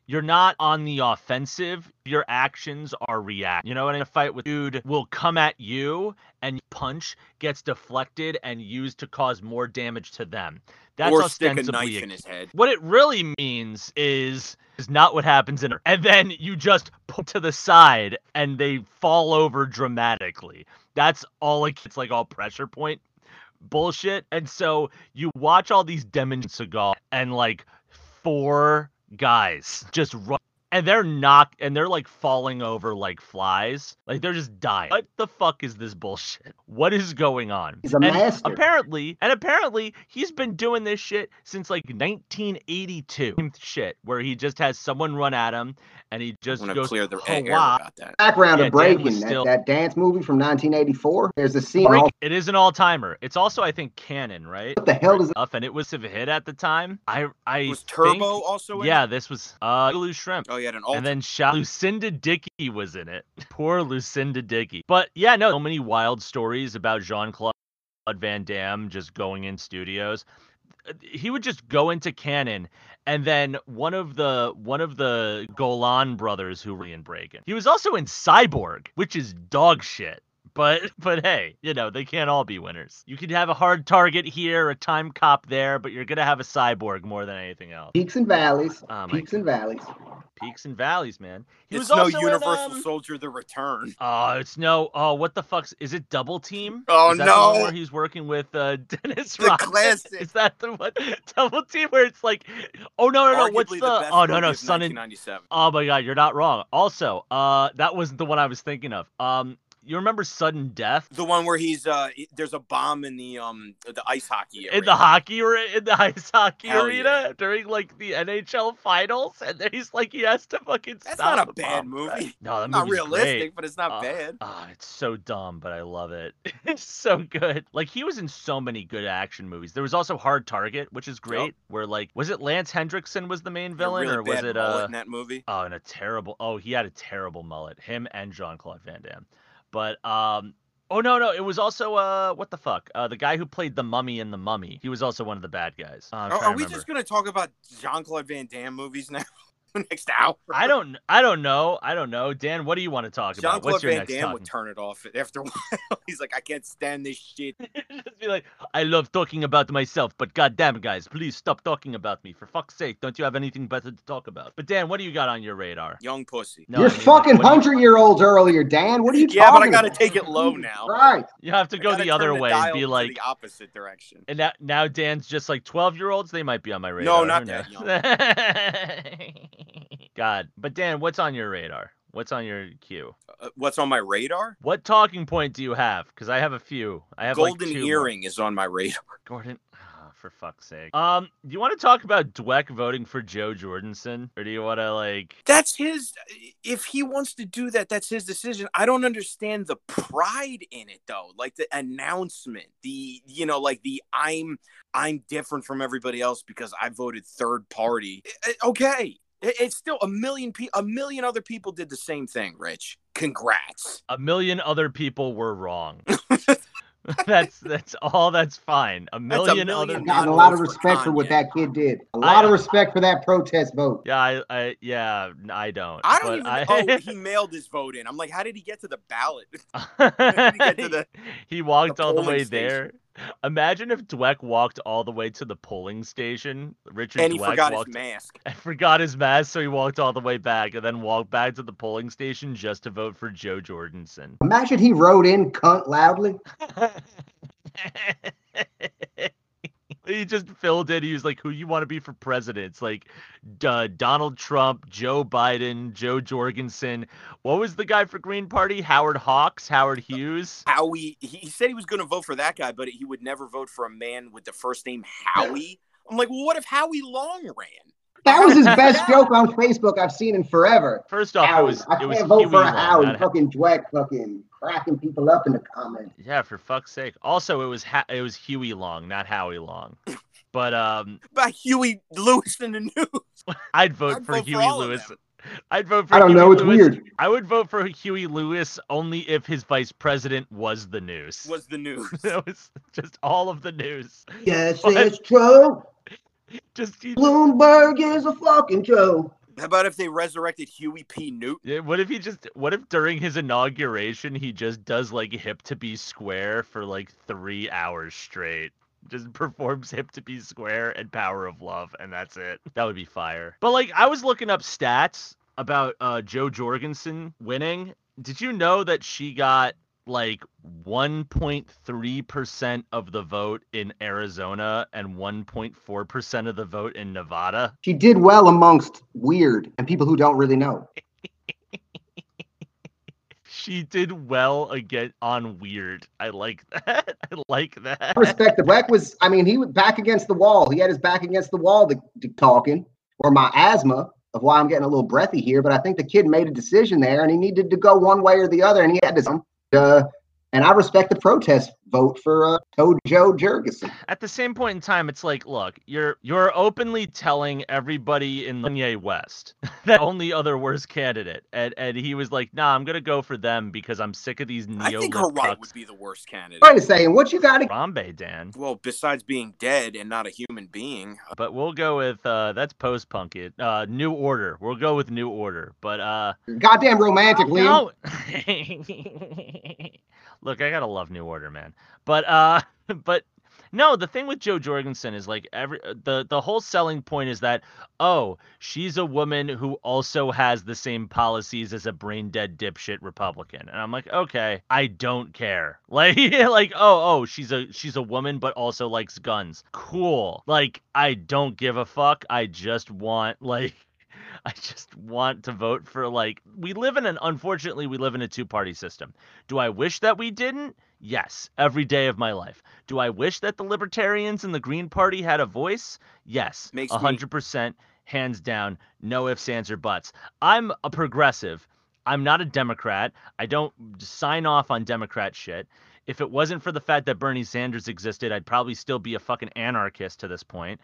Speaker 1: you're not on the offensive. Your actions are react. You know, in a fight with dude will come at you, and punch gets deflected and used to cause more damage to them. That's
Speaker 3: or stick a
Speaker 1: ostensibly
Speaker 3: knife
Speaker 1: a
Speaker 3: in his head.
Speaker 1: what it really means is is not what happens in her. And then you just put to the side and they fall over dramatically. That's all it, it's like all pressure point bullshit. And so you watch all these Demon Seagal and like four guys just run and they're knock and they're like falling over like flies. Like they're just dying. What the fuck is this bullshit? What is going on?
Speaker 4: He's a
Speaker 1: And
Speaker 4: master.
Speaker 1: Apparently, and apparently he's been doing this shit since like 1982. Shit, where he just has someone run at him and he
Speaker 3: I'm
Speaker 1: just
Speaker 3: gonna
Speaker 1: goes
Speaker 3: clear the air
Speaker 1: "Hurrah."
Speaker 3: about that.
Speaker 4: Background
Speaker 1: Yeah, Dan
Speaker 4: of
Speaker 1: was
Speaker 4: breaking that,
Speaker 1: still-
Speaker 4: that dance movie from 1984. There's a scene.
Speaker 1: Break-
Speaker 4: all-
Speaker 1: It is an all-timer. It's also I think canon, right?
Speaker 4: What the hell is
Speaker 1: Stuff, and it was a hit at the time. I I
Speaker 3: Was
Speaker 1: think-
Speaker 3: Turbo also in it?
Speaker 1: yeah, this was uh Blue Shrimp.
Speaker 3: Oh, he had an
Speaker 1: And
Speaker 3: alternate.
Speaker 1: then shot Lucinda Dickey was in it. Poor Lucinda Dickey. But yeah, no, so many wild stories about Jean Claude Van Damme just going in studios. Uh, He would just go into canon, and then one of the one of the Golan brothers who were in Breaking. He was also in Cyborg, which is dog shit. But but hey, you know they can't all be winners. You could have a hard target here, a time cop there, but you're gonna have a cyborg more than anything else.
Speaker 4: peaks and valleys?
Speaker 1: Oh my
Speaker 4: peaks and valleys.
Speaker 1: Peaks and valleys, man. He
Speaker 3: it's
Speaker 1: was
Speaker 3: no
Speaker 1: also in,
Speaker 3: Universal
Speaker 1: um,
Speaker 3: Soldier: The Return.
Speaker 1: Oh, it's no. Oh, what the fuck's is it? Double team?
Speaker 3: Oh,
Speaker 1: Is that the one
Speaker 3: no.
Speaker 1: Where he's working with uh, Dennis
Speaker 3: The
Speaker 1: Rodman?
Speaker 3: classic.
Speaker 1: Is that the one? Double team where it's like, oh no no no, what's
Speaker 3: Arguably
Speaker 1: the?
Speaker 3: best
Speaker 1: oh no
Speaker 3: movie
Speaker 1: no,
Speaker 3: of
Speaker 1: Son and
Speaker 3: 1997.
Speaker 1: Oh my god, you're not wrong. Also, uh, that wasn't the one I was thinking of. Um, you remember sudden death?
Speaker 3: The one where he's uh, he- there's a bomb in the um, the ice hockey.
Speaker 1: in
Speaker 3: area.
Speaker 1: the hockey or in the ice hockey
Speaker 3: Hell
Speaker 1: arena during like the NHL finals, and then he's like he has to fucking
Speaker 3: That's
Speaker 1: stop
Speaker 3: not a
Speaker 1: the
Speaker 3: bad
Speaker 1: bomb
Speaker 3: movie.
Speaker 1: threat. No, that
Speaker 3: not
Speaker 1: movie's
Speaker 3: realistic,
Speaker 1: great.
Speaker 3: but it's not
Speaker 1: Uh,
Speaker 3: bad.
Speaker 1: Ah, it's so dumb, but I love it. It's so good. Like he was in so many good action movies. There was also Hard Target, which is great. Where like was it Lance Hendrickson was the main
Speaker 3: A
Speaker 1: villain,
Speaker 3: really
Speaker 1: or was
Speaker 3: bad
Speaker 1: it
Speaker 3: mullet
Speaker 1: uh
Speaker 3: in that movie?
Speaker 1: oh and a terrible oh he had a terrible mullet him and Jean Claude Van Damme, but um oh no no it was also uh what the fuck uh the guy who played the Mummy in the Mummy he was also one of the bad guys. Uh, I'm
Speaker 3: Are,
Speaker 1: trying
Speaker 3: are
Speaker 1: to
Speaker 3: we
Speaker 1: remember.
Speaker 3: just gonna talk about Jean Claude Van Damme movies now? Next hour.
Speaker 1: I don't I don't know I don't know Dan what do you want to talk
Speaker 3: Jean
Speaker 1: about what's
Speaker 3: Claude
Speaker 1: your
Speaker 3: Van
Speaker 1: next
Speaker 3: Damme
Speaker 1: topic?
Speaker 3: would turn it off after a while. He's like, I can't stand this shit.
Speaker 1: just be like, I love talking about myself, but goddamn, guys, please stop talking about me. For fuck's sake, don't you have anything better to talk about? But Dan, what do you got on your radar?
Speaker 3: Young pussy.
Speaker 1: No,
Speaker 4: You're
Speaker 1: I mean, like,
Speaker 4: fucking
Speaker 1: what do you-
Speaker 4: hundred year olds earlier, Dan. What are you
Speaker 3: Yeah, but I
Speaker 4: talking
Speaker 3: gotta
Speaker 4: about?
Speaker 3: take it low now.
Speaker 4: Right.
Speaker 1: You have to
Speaker 3: I
Speaker 1: go
Speaker 3: gotta
Speaker 1: the other
Speaker 3: turn
Speaker 1: way and
Speaker 3: dial
Speaker 1: be
Speaker 3: to
Speaker 1: like.
Speaker 3: the opposite direction.
Speaker 1: And now, now Dan's just like twelve year olds. They might be on my radar. who
Speaker 3: not
Speaker 1: knows?
Speaker 3: that
Speaker 1: God, but Dan, what's on your radar? What's on your queue?
Speaker 3: Uh, what's on my radar?
Speaker 1: What talking point do you have? Because I have a few. I have like
Speaker 3: Golden
Speaker 1: two more.
Speaker 3: Earring is on my radar.
Speaker 1: Gordon, ah, for fuck's sake. Um, do you want to talk about Dweck voting for Joe Jordanson, or do you want to like?
Speaker 3: That's his. If he wants to do that, that's his decision. I don't understand the pride in it though. Like the announcement, the you know, like the I'm I'm different from everybody else because I voted third party. Eh, eh, Okay, It- it's still a million pe- a million other people did the same thing. Rich, congrats.
Speaker 1: a million other people were wrong. that's that's all. That's fine. A million,
Speaker 3: million
Speaker 1: other.
Speaker 4: I've
Speaker 3: not
Speaker 4: gotten a lot of
Speaker 3: votes for
Speaker 4: respect for what
Speaker 3: Kanye.
Speaker 4: that kid did. A
Speaker 1: I-
Speaker 4: lot of respect for that protest vote.
Speaker 1: Yeah, I, I yeah, n- I don't.
Speaker 3: I don't
Speaker 1: but
Speaker 3: even.
Speaker 1: I-
Speaker 3: Oh, he mailed his vote in. I'm like, how did he get to the ballot? did he get to the-
Speaker 1: he walked
Speaker 3: the
Speaker 1: all the
Speaker 3: polling
Speaker 1: way
Speaker 3: station?
Speaker 1: there. Imagine if Dweck walked all the way to the polling station. Richard
Speaker 3: And he
Speaker 1: Dweck
Speaker 3: forgot
Speaker 1: walked
Speaker 3: his mask.
Speaker 1: I forgot his mask, so he walked all the way back and then walked back to the polling station just to vote for Joe Jordanson.
Speaker 4: Imagine he wrote in cunt loudly.
Speaker 1: he just filled in. He was like, "Who you want to be for president?" It's like D- Donald Trump, Joe Biden, Joe Jorgensen. What was the guy for Green Party? Howard Hawks, Howard Hughes.
Speaker 3: Howie. He, he said he was going to vote for that guy, but he would never vote for a man with the first name Howie. I'm like, well, what if Howie Long ran?
Speaker 4: That was his best joke on Facebook I've seen in forever.
Speaker 1: First off, it
Speaker 4: Howie.
Speaker 1: was
Speaker 4: I
Speaker 1: it
Speaker 4: can't
Speaker 1: was Huey
Speaker 4: vote for a
Speaker 1: Long,
Speaker 4: Howie.
Speaker 1: not-
Speaker 4: Fucking Dweck fucking cracking people up in the comments.
Speaker 1: Yeah, for fuck's sake. Also, it was ha- it was Huey Long, not Howie Long. But um,
Speaker 3: By Huey Lewis in the news.
Speaker 1: I'd vote
Speaker 3: I'd
Speaker 1: for
Speaker 3: vote for
Speaker 1: Huey
Speaker 3: all of
Speaker 1: Lewis.
Speaker 3: them.
Speaker 1: I'd vote for.
Speaker 6: I don't
Speaker 1: Huey
Speaker 6: know, it's
Speaker 1: Lewis.
Speaker 6: weird.
Speaker 1: I would vote for Huey Lewis only if his vice president was the news.
Speaker 3: Was the news?
Speaker 1: that was just all of the news.
Speaker 4: Yes,
Speaker 1: What?
Speaker 4: it's true.
Speaker 1: Just he-
Speaker 4: Bloomberg is a fucking joke.
Speaker 3: How about if they resurrected Huey P. Newton?
Speaker 1: yeah, what if he just? What if during his inauguration he just does like hip to be square for like three hours straight? Just performs hip to be square and power of love, and that's it. That would be fire. But like, I was looking up stats about uh, Joe Jorgensen winning. Did you know that she got like 1.3% of the vote in Arizona and 1.4% of the vote in Nevada?
Speaker 4: She did well amongst weird and people who don't really know.
Speaker 1: She did well again on weird. I like that. I like that.
Speaker 4: I respect the Weck was. I mean, he was back against the wall. He had his back against the wall. The, the talking or my asthma of why I'm getting a little breathy here, but I think the kid made a decision there, and he needed to go one way or the other, and he had to. Uh, and I respect the protest vote for uh, Tojo Jurgensen.
Speaker 1: At the same point in time, it's like, look, you're you're openly telling everybody in Kanye West that only other worst candidate, and and he was like, nah, I'm gonna go for them because I'm sick of these
Speaker 3: I
Speaker 1: neo
Speaker 3: think her right would be the worst candidate.
Speaker 4: Trying to say, and what you got to
Speaker 1: Rambe Dan.
Speaker 3: Well, besides being dead and not a human being,
Speaker 1: But we'll go with uh that's post punk it. Uh New Order. We'll go with New Order. But uh
Speaker 4: goddamn romantic, Liam.
Speaker 1: Oh, No. Look, I gotta love New Order, man. But uh, but no, the thing with Joe Jorgensen is like every uh, the the whole selling point is that oh, she's a woman who also has the same policies as a brain dead dipshit Republican, and I'm like, okay, I don't care. Like like oh oh, she's a she's a woman but also likes guns. Cool. Like I don't give a fuck. I just want like I just want to vote for like we live in an unfortunately we live in a two-party system. Do I wish that we didn't? Yes, every day of my life. Do I wish that the libertarians and the Green Party had a voice? Yes,
Speaker 3: Makes me-
Speaker 1: 100% hands down, no ifs ands or buts. I'm a progressive. I'm not a Democrat. I don't sign off on Democrat shit. If it wasn't for the fact that Bernie Sanders existed, I'd probably still be a fucking anarchist to this point.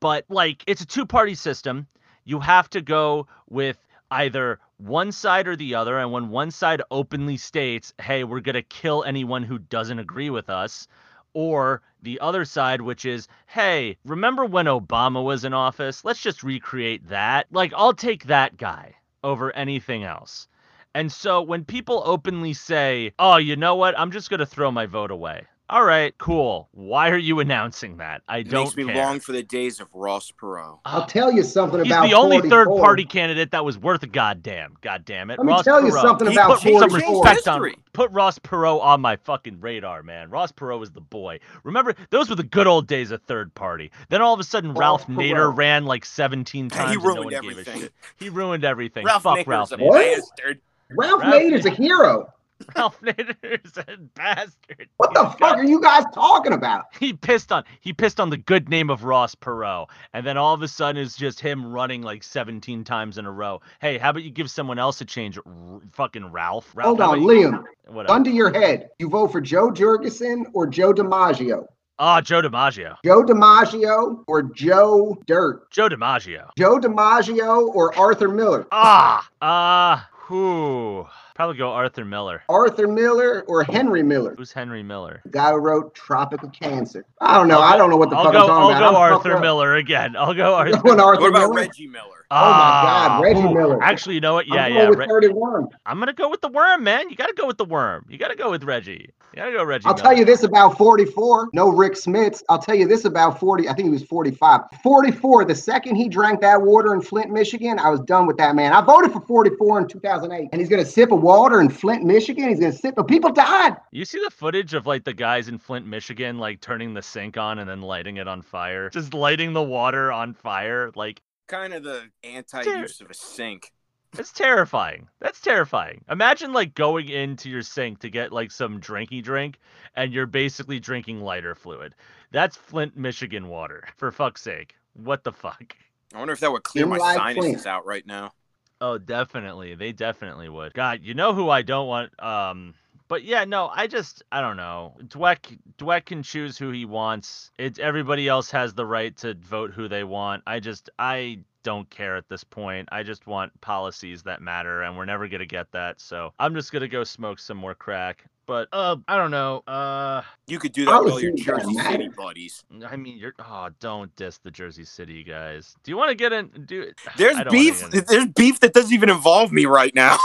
Speaker 1: But like it's a two-party system you have to go with either one side or the other. And when one side openly states, hey, we're going to kill anyone who doesn't agree with us, or the other side, which is, hey, remember when Obama was in office? Let's just recreate that. Like, I'll take that guy over anything else. And so when people openly say, oh, you know what? I'm just going to throw my vote away. All right, cool. Why are you announcing that? I
Speaker 3: it
Speaker 1: don't
Speaker 3: makes me
Speaker 1: care.
Speaker 3: long for the days of Ross Perot.
Speaker 4: I'll tell you something
Speaker 1: He's
Speaker 4: about
Speaker 1: the only
Speaker 4: 44.
Speaker 1: third party candidate that was worth a goddamn. Goddamn it.
Speaker 4: Let me
Speaker 1: Ross
Speaker 4: tell you
Speaker 1: Perot.
Speaker 4: something
Speaker 3: He
Speaker 4: about
Speaker 1: Put
Speaker 3: changed
Speaker 1: some
Speaker 4: 44.
Speaker 3: history.
Speaker 1: respect on. Put Ross Perot on my fucking radar, man. Ross Perot was the boy. Remember, those were the good old days of third party. Then all of a sudden, Ralph
Speaker 4: Ross
Speaker 1: Nader
Speaker 4: Perot.
Speaker 1: ran like 17
Speaker 3: He
Speaker 1: times. and no
Speaker 3: ruined
Speaker 1: one gave a
Speaker 3: everything.
Speaker 1: shit. He ruined everything.
Speaker 3: Ralph
Speaker 1: Fuck
Speaker 3: Nader's
Speaker 1: Ralph
Speaker 3: a
Speaker 1: Nader.
Speaker 4: What?
Speaker 3: bastard.
Speaker 4: Ralph
Speaker 1: Ralph-
Speaker 4: Nader's a hero.
Speaker 1: Ralph Nader's a bastard.
Speaker 4: What the
Speaker 1: He's
Speaker 4: fuck are you guys talking about?
Speaker 1: he pissed on he pissed on the good name of Ross Perot, and then all of a sudden it's just him running like 17 times in a row. Hey, how about you give someone else a change, R- fucking Ralph? Ralph
Speaker 4: Hold
Speaker 1: how
Speaker 4: on,
Speaker 1: about you-
Speaker 4: Liam.
Speaker 1: What up?
Speaker 4: Gun to your head. You vote for Joe Jurgensen or Joe DiMaggio?
Speaker 1: Ah, Joe DiMaggio.
Speaker 4: Joe DiMaggio or Joe Dirt?
Speaker 1: Joe DiMaggio.
Speaker 4: Joe DiMaggio or Arthur Miller?
Speaker 1: Ah, ah, who? Probably go Arthur Miller.
Speaker 4: Arthur Miller or Henry Miller?
Speaker 1: Who's Henry Miller?
Speaker 4: The guy who wrote Tropic of Cancer. I don't know.
Speaker 1: I'll
Speaker 4: I
Speaker 1: go-
Speaker 4: don't know what the
Speaker 1: I'll
Speaker 4: fuck
Speaker 1: go.
Speaker 4: I'm talking
Speaker 1: I'll
Speaker 4: about.
Speaker 1: go
Speaker 4: I'm
Speaker 1: Arthur
Speaker 4: fucked up.
Speaker 1: Miller again. I'll go Arthur.
Speaker 4: Going Arthur
Speaker 3: What about
Speaker 4: Miller?
Speaker 3: Reggie Miller?
Speaker 1: Ah,
Speaker 4: God, Reggie
Speaker 1: ooh,
Speaker 4: Miller.
Speaker 1: Actually, you know what? Yeah,
Speaker 4: I'm
Speaker 1: yeah.
Speaker 4: going with
Speaker 1: Re-
Speaker 4: 31.
Speaker 1: I'm gonna go with the worm, man. You gotta go with the worm. You gotta go with Reggie. You gotta go Reggie.
Speaker 4: I'll
Speaker 1: Miller.
Speaker 4: tell you this about 44. No Rick Smiths. I'll tell you this about 40. I think he was 45. 44. The second he drank that water in Flint, Michigan, I was done with that man. I voted for 44 in 2008, and he's gonna sip a water in Flint, Michigan. He's gonna sip. But people died.
Speaker 1: You see the footage of like the guys in Flint, Michigan, like turning the sink on and then lighting it on fire, just lighting the water on fire. Like
Speaker 3: Kind of the anti-use of a sink.
Speaker 1: it's terrifying. That's terrifying. Imagine like going into your sink to get like some drinky drink, and you're basically drinking lighter fluid. That's Flint, Michigan water. For fuck's sake, what the fuck?
Speaker 3: I wonder if that would clear
Speaker 4: Him
Speaker 3: my
Speaker 4: like
Speaker 3: sinuses
Speaker 4: Flint.
Speaker 3: out right now.
Speaker 1: Oh, definitely. They definitely would. God, you know who I don't want. Um, but yeah, no, I just I don't know. Dweck Dweck can choose who he wants. It's everybody else has the right to vote who they want. I just I don't care at this point. I just want policies that matter, and we're never gonna get that. So I'm just gonna go smoke some more crack. But uh, I don't know. Uh,
Speaker 3: You could do that with all
Speaker 4: Policy
Speaker 3: your Jersey
Speaker 4: doesn't
Speaker 3: City
Speaker 4: matter.
Speaker 3: buddies.
Speaker 1: I mean, you're oh, don't diss the Jersey City guys. Do you want to get in? Do
Speaker 3: There's
Speaker 1: I don't wanna
Speaker 3: beef.
Speaker 1: get in.
Speaker 3: There's beef that doesn't even involve me right now.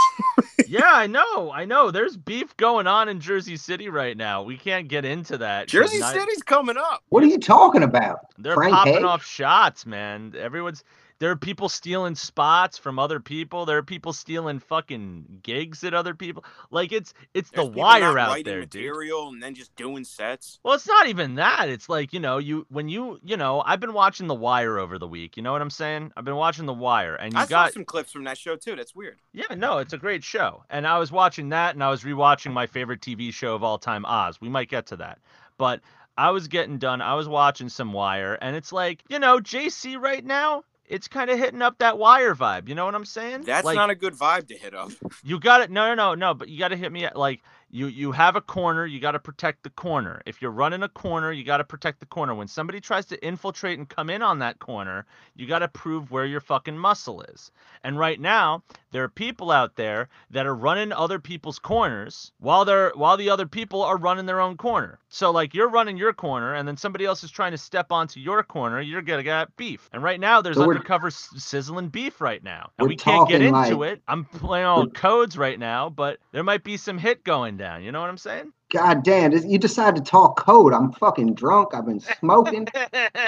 Speaker 1: yeah, I know, I know. There's beef going on in Jersey City right now. We can't get into that. 'cause
Speaker 3: Jersey
Speaker 1: ni-
Speaker 3: City's coming up.
Speaker 4: What are you talking about?
Speaker 1: They're
Speaker 4: Frank
Speaker 1: popping
Speaker 4: Hague?
Speaker 1: off shots, man. Everyone's there are people stealing spots from other people. There are people stealing fucking gigs at other people. Like it's it's
Speaker 3: There's
Speaker 1: the
Speaker 3: people
Speaker 1: wire
Speaker 3: not
Speaker 1: out
Speaker 3: writing
Speaker 1: there, dude.
Speaker 3: material and then just doing sets.
Speaker 1: Well, it's not even that. It's like, you know, you when you, you know, I've been watching The Wire over the week. You know what I'm saying? I've been watching The Wire and you
Speaker 3: I
Speaker 1: got
Speaker 3: saw some clips from that show too. That's weird.
Speaker 1: yeah, no, it's a great show. And I was watching that and I was rewatching my favorite TV show of all time, Oz. We might get to that. But I was getting done. I was watching some Wire and it's like, you know, JC right now, it's kind of hitting up that Wire vibe. You know what I'm saying?
Speaker 3: That's
Speaker 1: like,
Speaker 3: not a good vibe to hit up.
Speaker 1: you got it. No, no, no, no. But you got to hit me at like you. You have a corner. You got to protect the corner. If you're running a corner, you got to protect the corner. When somebody tries to infiltrate and come in on that corner, you got to prove where your fucking muscle is. And right now, there are people out there that are running other people's corners while they're while the other people are running their own corner. So like you're running your corner, and then somebody else is trying to step onto your corner. You're gonna get beef. And right now, there's
Speaker 4: So we're-
Speaker 1: undercover s- sizzling beef right now, and
Speaker 4: we're
Speaker 1: we can't get
Speaker 4: talking,
Speaker 1: into
Speaker 4: like,
Speaker 1: it it. I'm playing all codes right now, but there might be some hit going down. You know what I'm saying?
Speaker 4: God damn, this- you decide to talk code. I'm fucking drunk. I've been smoking.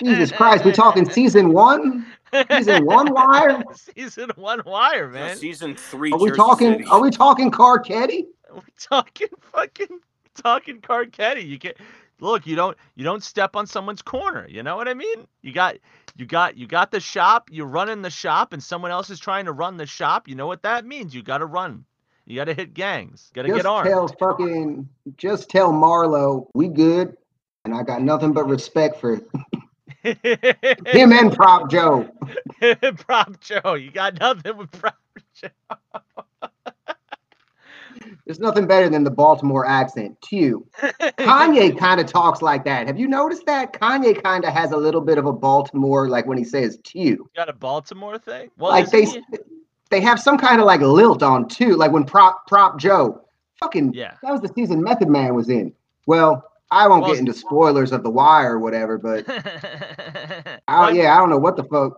Speaker 4: Jesus Christ, we talking season one? season one wire?
Speaker 1: Season one wire,
Speaker 3: You know,
Speaker 1: man.
Speaker 3: season three.
Speaker 4: Are we
Speaker 3: Jersey
Speaker 4: talking
Speaker 3: City.
Speaker 4: are we talking Carcetti?
Speaker 1: We're talking fucking talking Carcetti. You can't look. You don't you don't step on someone's corner. You know what I mean? You got you got you got the shop. You run in the shop, and someone else is trying to run the shop. You know what that means? You got to run. You got to hit gangs. Got to
Speaker 4: Just
Speaker 1: get armed.
Speaker 4: tell fucking just tell Marlo we good. And I got nothing but respect for him and Prop Joe.
Speaker 1: prop Joe. You got nothing with prop Joe.
Speaker 4: There's nothing better than the Baltimore accent. Q. Kanye kind of talks like that. Have you noticed that? Kanye kind of has a little bit of a Baltimore, like when he says "tew."
Speaker 1: got a Baltimore thing? Well,
Speaker 4: like they
Speaker 1: isn't
Speaker 4: they have some kind of like lilt on too. Like when Prop Prop Joe, fucking
Speaker 1: he- yeah.
Speaker 4: that was the season Method Man was in. Well, I won't
Speaker 1: Well,
Speaker 4: get into spoilers of The Wire or whatever, but I,
Speaker 1: Well,
Speaker 4: Oh, yeah, I don't know what the fuck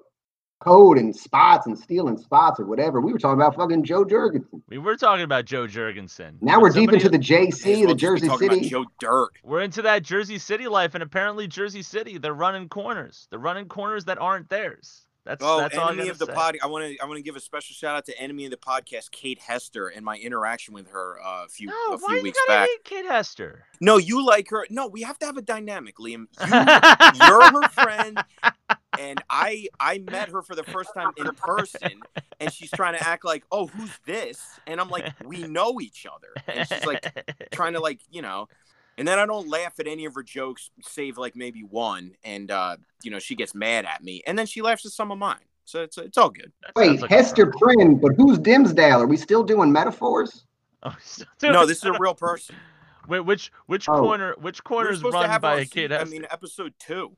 Speaker 4: code and spots and stealing spots or whatever. We were talking about fucking Joe Jurgensen.
Speaker 1: We were talking about Joe Jurgensen.
Speaker 4: Now
Speaker 1: but
Speaker 4: we're deep
Speaker 1: somebody-
Speaker 4: into the
Speaker 3: May as
Speaker 4: JC,
Speaker 3: well
Speaker 4: the
Speaker 3: just be
Speaker 4: Jersey
Speaker 3: talking
Speaker 4: City.
Speaker 3: About Joe Dirt.
Speaker 1: We're into that Jersey City life, and apparently Jersey City, they're running corners. They're running corners that aren't theirs. That's
Speaker 3: Oh,
Speaker 1: that's all I
Speaker 3: enemy
Speaker 1: gotta
Speaker 3: of the
Speaker 1: say.
Speaker 3: pod. I want to. I want to give a special shout out to enemy of the podcast, Kate Hester, and my interaction with her uh, a few
Speaker 1: No,
Speaker 3: a
Speaker 1: why
Speaker 3: few
Speaker 1: you
Speaker 3: weeks
Speaker 1: gotta
Speaker 3: back.
Speaker 1: hate Kid Hester?
Speaker 3: No, you like her. No, we have to have a dynamic, Liam. You, you're her friend, and I I met her for the first time in person, and she's trying to act like, oh, who's this? And I'm like, we know each other, and she's like trying to like you know. And then I don't laugh at any of her jokes, save like maybe one, and uh, you know she gets mad at me, and then she laughs at some of mine. So it's it's all good.
Speaker 1: That sounds
Speaker 4: Wait,
Speaker 1: like a
Speaker 4: Hester
Speaker 1: problem.
Speaker 4: Prynne, but who's Dimsdale? Are we still doing metaphors?
Speaker 1: Oh, so-
Speaker 3: no, this is a real person.
Speaker 1: Wait, which which
Speaker 4: Oh.
Speaker 1: corner which
Speaker 3: We were
Speaker 1: corner is
Speaker 3: supposed to
Speaker 1: run
Speaker 3: have her
Speaker 1: by
Speaker 3: on
Speaker 1: Kid
Speaker 3: se- I
Speaker 1: Hester?
Speaker 3: mean, episode two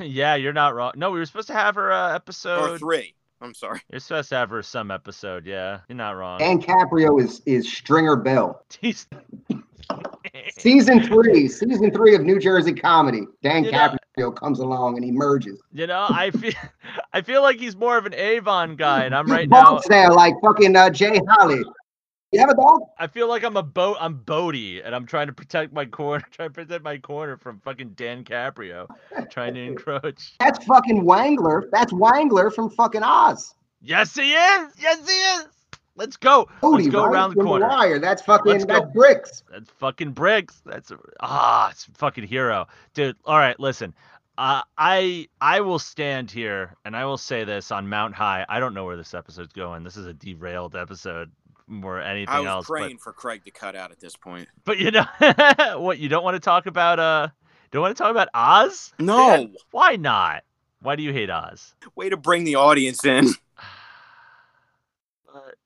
Speaker 1: yeah, you're not wrong. No, we were supposed to have her uh,
Speaker 3: or
Speaker 1: episode.
Speaker 3: three. I'm sorry.
Speaker 1: You're supposed to have her some episode. Yeah, you're not wrong.
Speaker 4: Dan Caprio is is Stringer Bell.
Speaker 1: He's- Eh,
Speaker 4: Season three, season three of New Jersey comedy. Dan
Speaker 1: You know-
Speaker 4: Caprio comes along and emerges.
Speaker 1: you know, I feel I feel like he's more of an Avon guy, and I'm
Speaker 4: You
Speaker 1: right now.
Speaker 4: bounce there like fucking uh, Jay Holly. You have a dog?
Speaker 1: I feel like I'm a boat. I'm Bodie, and I'm trying to protect my corner. Trying to protect my corner from fucking Dan Caprio, trying to encroach.
Speaker 4: That's fucking Wangler. That's Wangler from fucking Oz.
Speaker 1: Yes, he is. Yes, he is. Let's go.
Speaker 4: Cody,
Speaker 1: Let's go
Speaker 4: right?
Speaker 1: around the
Speaker 4: From
Speaker 1: corner.
Speaker 4: Wire. That's fucking
Speaker 1: Let's
Speaker 4: that's
Speaker 1: go.
Speaker 4: bricks.
Speaker 1: That's fucking Briggs. That's ah, it's a fucking hero, dude. All right, listen. Uh, I I will stand here and I will say this on Mount High. I don't know where this episode's going. This is a derailed episode more than anything
Speaker 3: I was
Speaker 1: else.
Speaker 3: praying for Craig to cut out at this point.
Speaker 1: But, but you know what? You don't want to talk about uh, don't want to talk about Oz?
Speaker 3: No,
Speaker 1: Why not? Why do you hate Oz?
Speaker 3: way to bring the audience in.
Speaker 1: But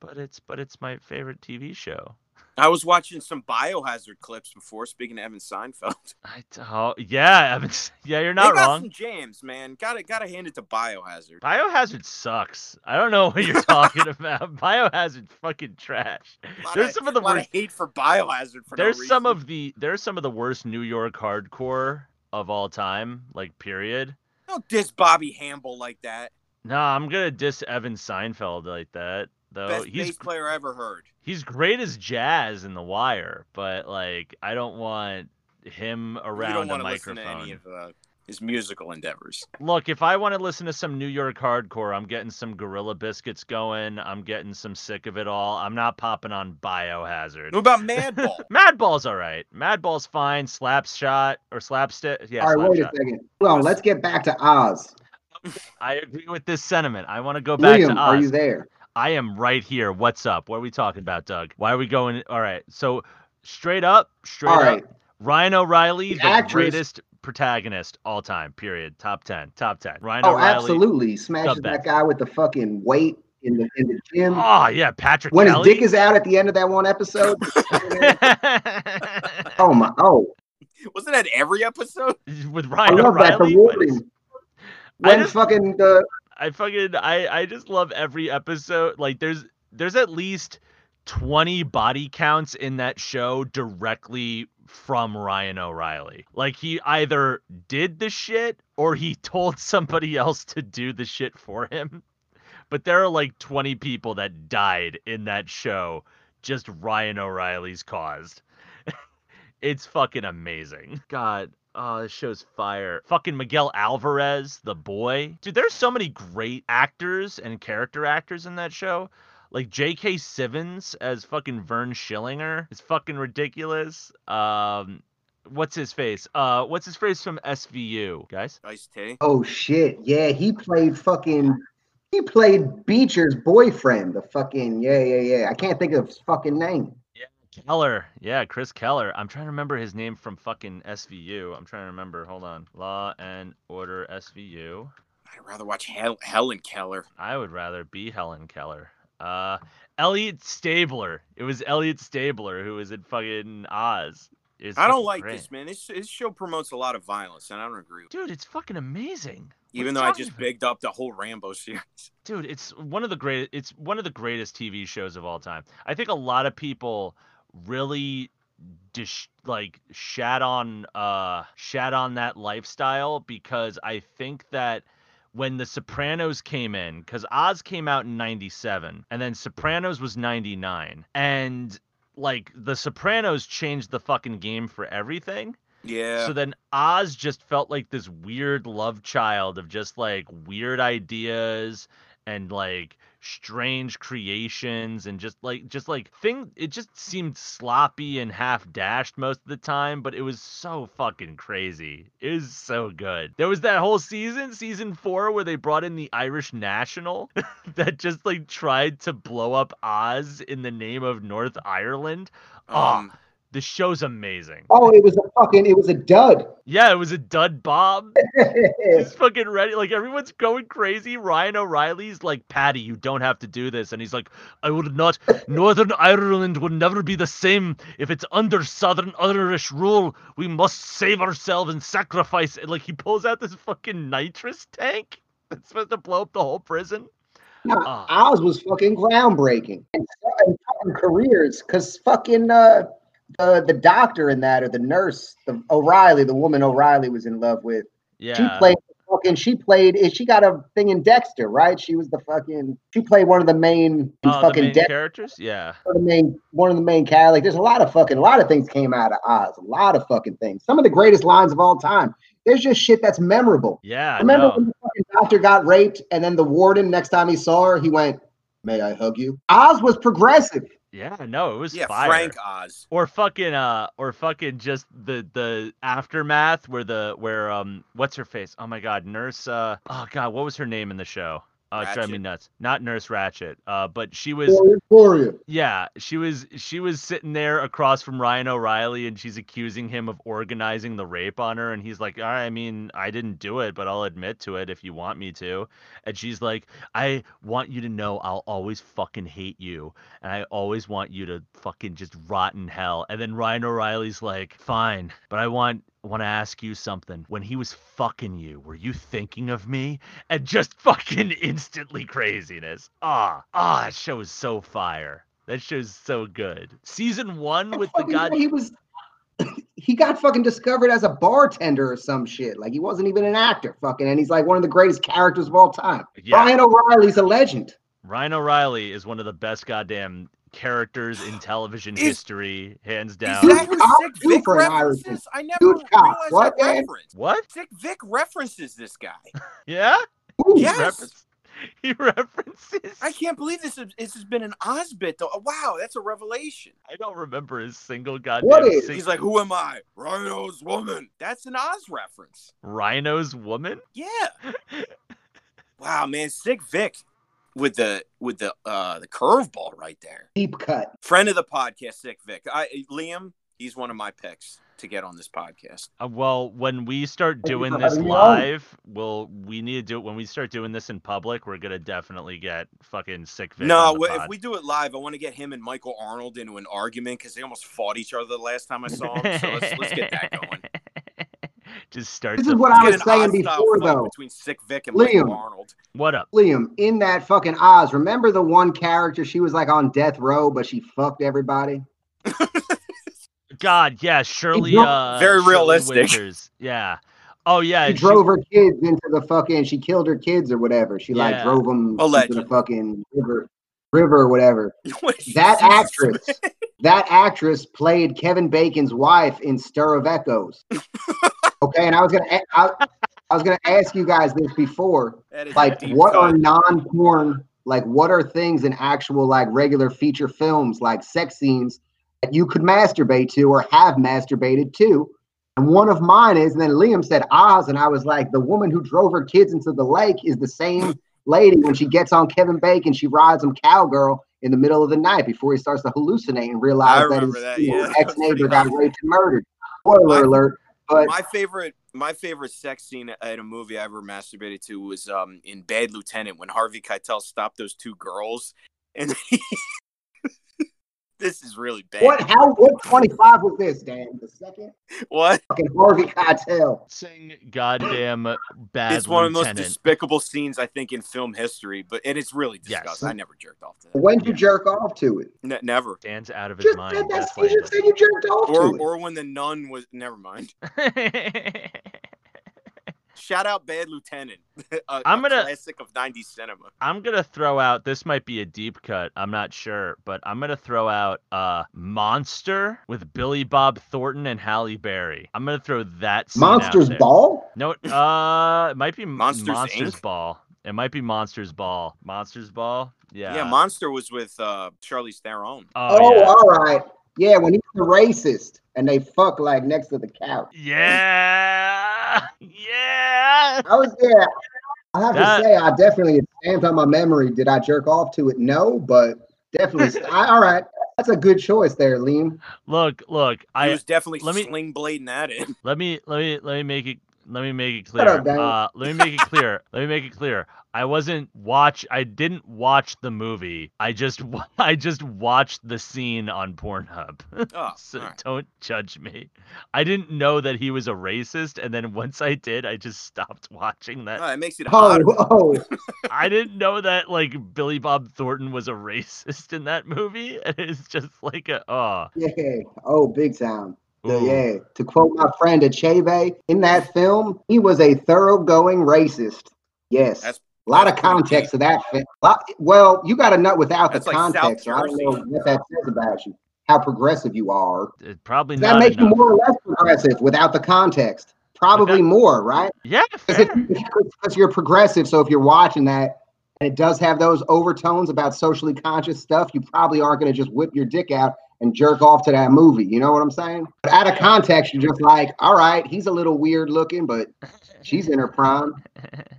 Speaker 1: but it's but it's my favorite TV show.
Speaker 3: I was watching some biohazard clips before. Speaking to Evan Seinfeld,
Speaker 1: I, oh, yeah, Evan, yeah, you're not
Speaker 3: they got
Speaker 1: wrong.
Speaker 3: some jams, man. Gotta gotta hand it to biohazard.
Speaker 1: Biohazard sucks. I don't know what you're talking about. Biohazard fucking trash.
Speaker 3: Lot
Speaker 1: There's some of the
Speaker 3: lot
Speaker 1: worst.
Speaker 3: hate for biohazard for no
Speaker 1: There's some
Speaker 3: reason.
Speaker 1: of the there's some of the worst New York hardcore of all time. Like period.
Speaker 3: don't diss Bobby Hamble like that.
Speaker 1: No, I'm gonna diss Evan Seinfeld like that though.
Speaker 3: Best
Speaker 1: he's
Speaker 3: bass player I ever heard.
Speaker 1: he's great as jazz in The Wire, but like I don't want him
Speaker 3: you don't
Speaker 1: around a
Speaker 3: wanna listen
Speaker 1: microphone.
Speaker 3: to any of uh, his musical endeavors.
Speaker 1: Look, if I want to listen to some New York hardcore, I'm getting some Gorilla Biscuits going. I'm getting some sick of it all. I'm not popping on Biohazard.
Speaker 3: What about Madball?
Speaker 1: Madball's all right. Madball's fine. Slapshot or slapstick. Yeah,
Speaker 4: All right, wait
Speaker 1: Slapshot.
Speaker 4: a second. Hold on, let's get back to Oz.
Speaker 1: I agree with this sentiment. I want to go back
Speaker 4: William,
Speaker 1: to
Speaker 4: are
Speaker 1: Oz.
Speaker 4: you there?
Speaker 1: I am right here. What's up? What are we talking about, Doug? Why are we going? All right. So straight up, straight
Speaker 4: All
Speaker 1: up.
Speaker 4: right.
Speaker 1: Ryan O'Reilly,
Speaker 4: The
Speaker 1: the,
Speaker 4: actress-
Speaker 1: greatest protagonist all time. Period. Top ten. Top ten. Ryan
Speaker 4: Oh,
Speaker 1: O'Reilly.
Speaker 4: absolutely. Smashes
Speaker 1: Sub that.
Speaker 4: that guy with the fucking weight in the in the gym.
Speaker 1: Oh yeah, Patrick
Speaker 4: when his
Speaker 1: Kelly.
Speaker 4: dick is out at the end of that one episode. oh my! Oh,
Speaker 3: Wasn't that every episode?
Speaker 1: with
Speaker 4: I
Speaker 1: Ryan
Speaker 4: love that. The
Speaker 1: O'Reilly. but it's-
Speaker 4: warning. When
Speaker 1: just-
Speaker 4: fucking the
Speaker 1: I fucking I I just love every episode. Like there's there's at least 20 body counts in that show directly from Ryan O'Reilly. Like he either did the shit or he told somebody else to do the shit for him. But there are like 20 people that died in that show just Ryan O'Reilly's caused. it's fucking amazing. God, oh, this show's fire. Fucking Miguel Alvarez, the boy. Dude, there's so many great actors and character actors in that show. Like J.K. Simmons as fucking Vern Schillinger is fucking ridiculous. Um, what's his face? Uh, what's his face from SVU, guys?
Speaker 3: Ice T.
Speaker 4: oh shit, yeah, he played fucking. He played Beecher's boyfriend. The fucking yeah, yeah, yeah. I can't think of his fucking name.
Speaker 1: Keller, yeah, Chris Keller. I'm trying to remember his name from fucking SVU. I'm trying to remember. Hold on, Law and Order SVU.
Speaker 3: I'd rather watch Hel- Helen Keller.
Speaker 1: I would rather be Helen Keller. Uh, Elliot Stabler. It was Elliot Stabler who was in fucking Oz. It's
Speaker 3: I don't
Speaker 1: fucking
Speaker 3: like
Speaker 1: great.
Speaker 3: this, man. This, this show promotes a lot of violence, and I don't agree with it.
Speaker 1: Dude, it's fucking amazing. What are you
Speaker 3: Even though I
Speaker 1: talking
Speaker 3: just
Speaker 1: about?
Speaker 3: bigged up the whole Rambo series.
Speaker 1: Dude, it's one of the great it's one of the greatest TV shows of all time. I think a lot of people really dish, like shat on uh shat on that lifestyle because I think that when the Sopranos came in cuz Oz came out in 97 and then Sopranos was 99 and like the Sopranos changed the fucking game for everything
Speaker 3: Yeah.
Speaker 1: so then Oz just felt like this weird love child of just like weird ideas and like strange creations and just like just like thing it just seemed sloppy and half dashed most of the time but it was so fucking crazy it was so good there was that whole season season four where they brought in the irish national that just like tried to blow up oz in the name of north ireland ah.
Speaker 3: um,
Speaker 1: the show's amazing
Speaker 4: Oh, it was a fucking. It was a dud.
Speaker 1: yeah, it was a dud bomb. He's fucking ready. Like everyone's going crazy. Ryan O'Reilly's like, Patty, you don't have to do this. And he's like, I would not. Northern Ireland would never be the same if it's under Southern Irish rule. We must save ourselves and sacrifice. And like he pulls out this fucking nitrous tank that's supposed to blow up the whole prison.
Speaker 4: Nah,
Speaker 1: Ah.
Speaker 4: Oz was fucking groundbreaking. And certain fucking careers, because fucking uh, the the doctor in that or the nurse, the O'Reilly, the woman O'Reilly was in love with.
Speaker 1: Yeah.
Speaker 4: She played fucking. She played. She got a thing in Dexter, right? She was the fucking. She played one of the main in
Speaker 1: Oh, the
Speaker 4: fucking
Speaker 1: main
Speaker 4: Dexter.
Speaker 1: characters? Yeah.
Speaker 4: One of the main one of the main characters. Like, there's a lot of fucking. A lot of things came out of Oz. A lot of fucking things. Some of the greatest lines of all time. There's just shit that's memorable.
Speaker 1: Yeah.
Speaker 4: Remember
Speaker 1: no.
Speaker 4: when the fucking doctor got raped and then the warden, next time he saw her, he went, May I hug you? Oz was progressive.
Speaker 1: Yeah, no, it was
Speaker 3: yeah,
Speaker 1: fire.
Speaker 3: Frank Oz.
Speaker 1: or fucking uh or fucking just the the aftermath where the where um what's her face oh my god nurse uh oh god what was her name in the show Uh, it's driving me
Speaker 3: Ratchet.
Speaker 1: nuts. Not Nurse Ratchet. Uh, but she was.
Speaker 4: For you, for you.
Speaker 1: Yeah, she was she was sitting there across from Ryan O'Reilly and she's accusing him of organizing the rape on her and he's like, "All right, I mean, I didn't do it, but I'll admit to it if you want me to." And she's like, "I want you to know I'll always fucking hate you and I always want you to fucking just rot in hell." And then Ryan O'Reilly's like, "Fine, but I want want to ask you something. When he was fucking you, were you thinking of me?" and just fucking instantly craziness. Ah, ah, that show is so fire. That show's so good. Season one with the
Speaker 4: Fucking
Speaker 1: god.
Speaker 4: he was he got fucking discovered as a bartender or some shit. Like he wasn't even an actor, fucking, and he's like one of the greatest characters of all time.
Speaker 1: Yeah,
Speaker 4: Ryan O'Reilly's a legend.
Speaker 1: Ryan O'Reilly is one of the best goddamn characters in television
Speaker 3: Is-
Speaker 1: history, hands down.
Speaker 4: that what Cop
Speaker 3: Sick
Speaker 4: too for an Irishman.
Speaker 3: I never
Speaker 4: Dude Cop,
Speaker 3: realized
Speaker 4: what,
Speaker 3: that
Speaker 4: man?
Speaker 3: reference.
Speaker 1: What?
Speaker 3: Sick Vic references this guy.
Speaker 1: Yeah?
Speaker 4: Ooh,
Speaker 1: He
Speaker 3: Yes.
Speaker 1: reference- He references.
Speaker 3: I can't believe this. Is, this has been an Osbit though. Oh, Wow, that's a revelation.
Speaker 1: I don't remember his single goddamn.
Speaker 4: What is-
Speaker 1: sing-
Speaker 3: He's like, "Who am I? Rhino's woman." That's an Oz reference.
Speaker 1: Rhino's woman?
Speaker 3: Yeah. Wow, man, Sick Vic with the with the uh the curveball right there.
Speaker 4: Deep cut.
Speaker 3: Friend of the podcast, Sick Vic. I Liam, he's one of my picks to get on this podcast.
Speaker 1: Uh, well, when we start
Speaker 4: Thank you
Speaker 1: doing
Speaker 4: for
Speaker 1: this
Speaker 4: having me on.
Speaker 1: live, we'll we need to do it when we start doing this in public. We're gonna definitely get fucking sick. Vic
Speaker 3: no,
Speaker 1: on the
Speaker 3: w- if
Speaker 1: pod.
Speaker 3: we do it live, I want to get him and Michael Arnold into an argument because they almost fought each other the last time I saw him. So let's, let's get that going.
Speaker 1: Just start.
Speaker 4: This
Speaker 1: the-
Speaker 4: is what
Speaker 3: Let's
Speaker 4: I
Speaker 3: get
Speaker 4: was
Speaker 3: an
Speaker 4: saying
Speaker 3: Oz-style
Speaker 4: before
Speaker 3: fight
Speaker 4: though.
Speaker 3: between Sick Vic and
Speaker 4: Liam.
Speaker 3: Michael Arnold.
Speaker 1: What up?
Speaker 4: Liam, in that fucking Oz, remember the one character she was like on death row, but she fucked everybody?
Speaker 1: God, yeah, Shirley.
Speaker 4: drove-
Speaker 1: Uh,
Speaker 3: Very
Speaker 1: Shirley
Speaker 3: realistic.
Speaker 1: Winters, Yeah. Oh yeah.
Speaker 4: She
Speaker 1: and she-
Speaker 4: drove her kids into the fucking, she killed her kids or whatever. She like
Speaker 1: Yeah.
Speaker 4: drove them into
Speaker 3: Allegedly.
Speaker 4: the fucking river, river or whatever.
Speaker 3: What is
Speaker 4: That
Speaker 3: this?
Speaker 4: actress, that actress played Kevin Bacon's wife in Stir of Echoes. Okay, and I was gonna, a- I, I was gonna ask you guys this before,
Speaker 3: That is a
Speaker 4: like,
Speaker 3: deep
Speaker 4: what
Speaker 3: cut.
Speaker 4: are non-porn? Like, what are things in actual like regular feature films, like sex scenes that you could masturbate to or have masturbated to? And one of mine is, and then Liam said Oz, and I was like, the woman who drove her kids into the lake is the same lady when she gets on Kevin Bacon, she rides him cowgirl in the middle of the night before he starts to hallucinate and realize that his
Speaker 3: remember that,
Speaker 4: you know,
Speaker 3: yeah, that
Speaker 4: ex
Speaker 3: was pretty
Speaker 4: neighbor got
Speaker 3: hot.
Speaker 4: raped and murdered. Spoiler
Speaker 3: My-
Speaker 4: alert. But
Speaker 3: my favorite my favorite sex scene at a movie I ever masturbated to was um in Bad Lieutenant when Harvey Keitel stopped those two girls and this is really bad.
Speaker 4: what? How? What? Twenty five was this, Dan? The second
Speaker 3: What?
Speaker 4: fucking Harvey Keitel.
Speaker 1: Sing goddamn bad.
Speaker 3: it's one of
Speaker 1: lieutenant.
Speaker 3: the most despicable scenes I think in film history, but and it's really
Speaker 1: Yes.
Speaker 3: disgusting. I never jerked off to that.
Speaker 4: When did you jerk off to it?
Speaker 3: Ne- never.
Speaker 1: Stands out of his
Speaker 4: Just
Speaker 1: mind.
Speaker 4: said that.
Speaker 1: That's why
Speaker 4: You
Speaker 1: he
Speaker 4: just said you jerked off
Speaker 3: Or
Speaker 4: to it.
Speaker 3: or when the nun was never mind.
Speaker 1: does it.
Speaker 3: Shout out Bad Lieutenant. i
Speaker 1: I'm gonna-
Speaker 3: classic of 90s cinema.
Speaker 1: I'm gonna throw out. This might be a deep cut. I'm not sure, but I'm gonna throw out uh, "Monster" with Billy Bob Thornton and Halle Berry. I'm gonna throw that. scene out
Speaker 4: Monsters
Speaker 1: there.
Speaker 4: Ball.
Speaker 1: No, it- uh, it might be Monsters,
Speaker 3: Monsters,
Speaker 1: Monsters
Speaker 3: Inc.
Speaker 1: Ball. It might be Monsters Ball. Monsters Ball. Yeah.
Speaker 3: Yeah, Monster was with uh Charlize Theron.
Speaker 1: oh,
Speaker 4: Oh,
Speaker 1: yeah.
Speaker 4: all right. Yeah, when he's the racist and they fuck like next to the couch.
Speaker 1: yeah. Yeah.
Speaker 4: I was yeah. I have
Speaker 1: That-
Speaker 4: to say, I definitely it stamped on my memory. Did I jerk off to it? No, but definitely. I, all right, that's a good choice there, Liam.
Speaker 1: Look, look.
Speaker 3: He
Speaker 1: I
Speaker 3: was definitely
Speaker 1: let me-
Speaker 3: sling blading that in.
Speaker 1: Let me let me let me make it let me make it
Speaker 4: Shut
Speaker 1: clear.
Speaker 4: up, Daniel.
Speaker 1: uh, let me make it clear. Let me make it clear. I wasn't watch. I didn't watch the movie. I just wa- I just watched the scene on Pornhub.
Speaker 3: Oh,
Speaker 1: so
Speaker 3: all right.
Speaker 1: don't judge me. I didn't know that he was a racist, and then once I did, I just stopped watching that.
Speaker 3: No, it makes it
Speaker 4: Oh,
Speaker 3: hotter.
Speaker 4: oh,
Speaker 1: I didn't know that like Billy Bob Thornton was a racist in that movie. And it's just like a oh
Speaker 4: yeah, oh, big time. The-
Speaker 3: Mm.
Speaker 1: ooh.
Speaker 4: yeah, to quote my friend Achebe, in that film, he was a thoroughgoing racist. Yes,
Speaker 3: That's-
Speaker 4: a lot of
Speaker 3: that's pretty
Speaker 4: context to that film. Lot, well, you got to nut without
Speaker 3: That's
Speaker 4: the
Speaker 3: like South
Speaker 4: context. so I don't
Speaker 3: Jersey.
Speaker 4: know what that says about you, how progressive you are.
Speaker 1: It probably
Speaker 4: That
Speaker 1: not
Speaker 4: makes you
Speaker 1: enough.
Speaker 4: more or less progressive without the context. Probably more, right?
Speaker 1: Yeah, fair.
Speaker 4: because you're progressive. So if you're watching that and it does have those overtones about socially conscious stuff, you probably aren't going to just whip your dick out and jerk off to that movie. You know what I'm saying? But out of context, you're just like, all right, he's a little weird looking, but she's in her prime.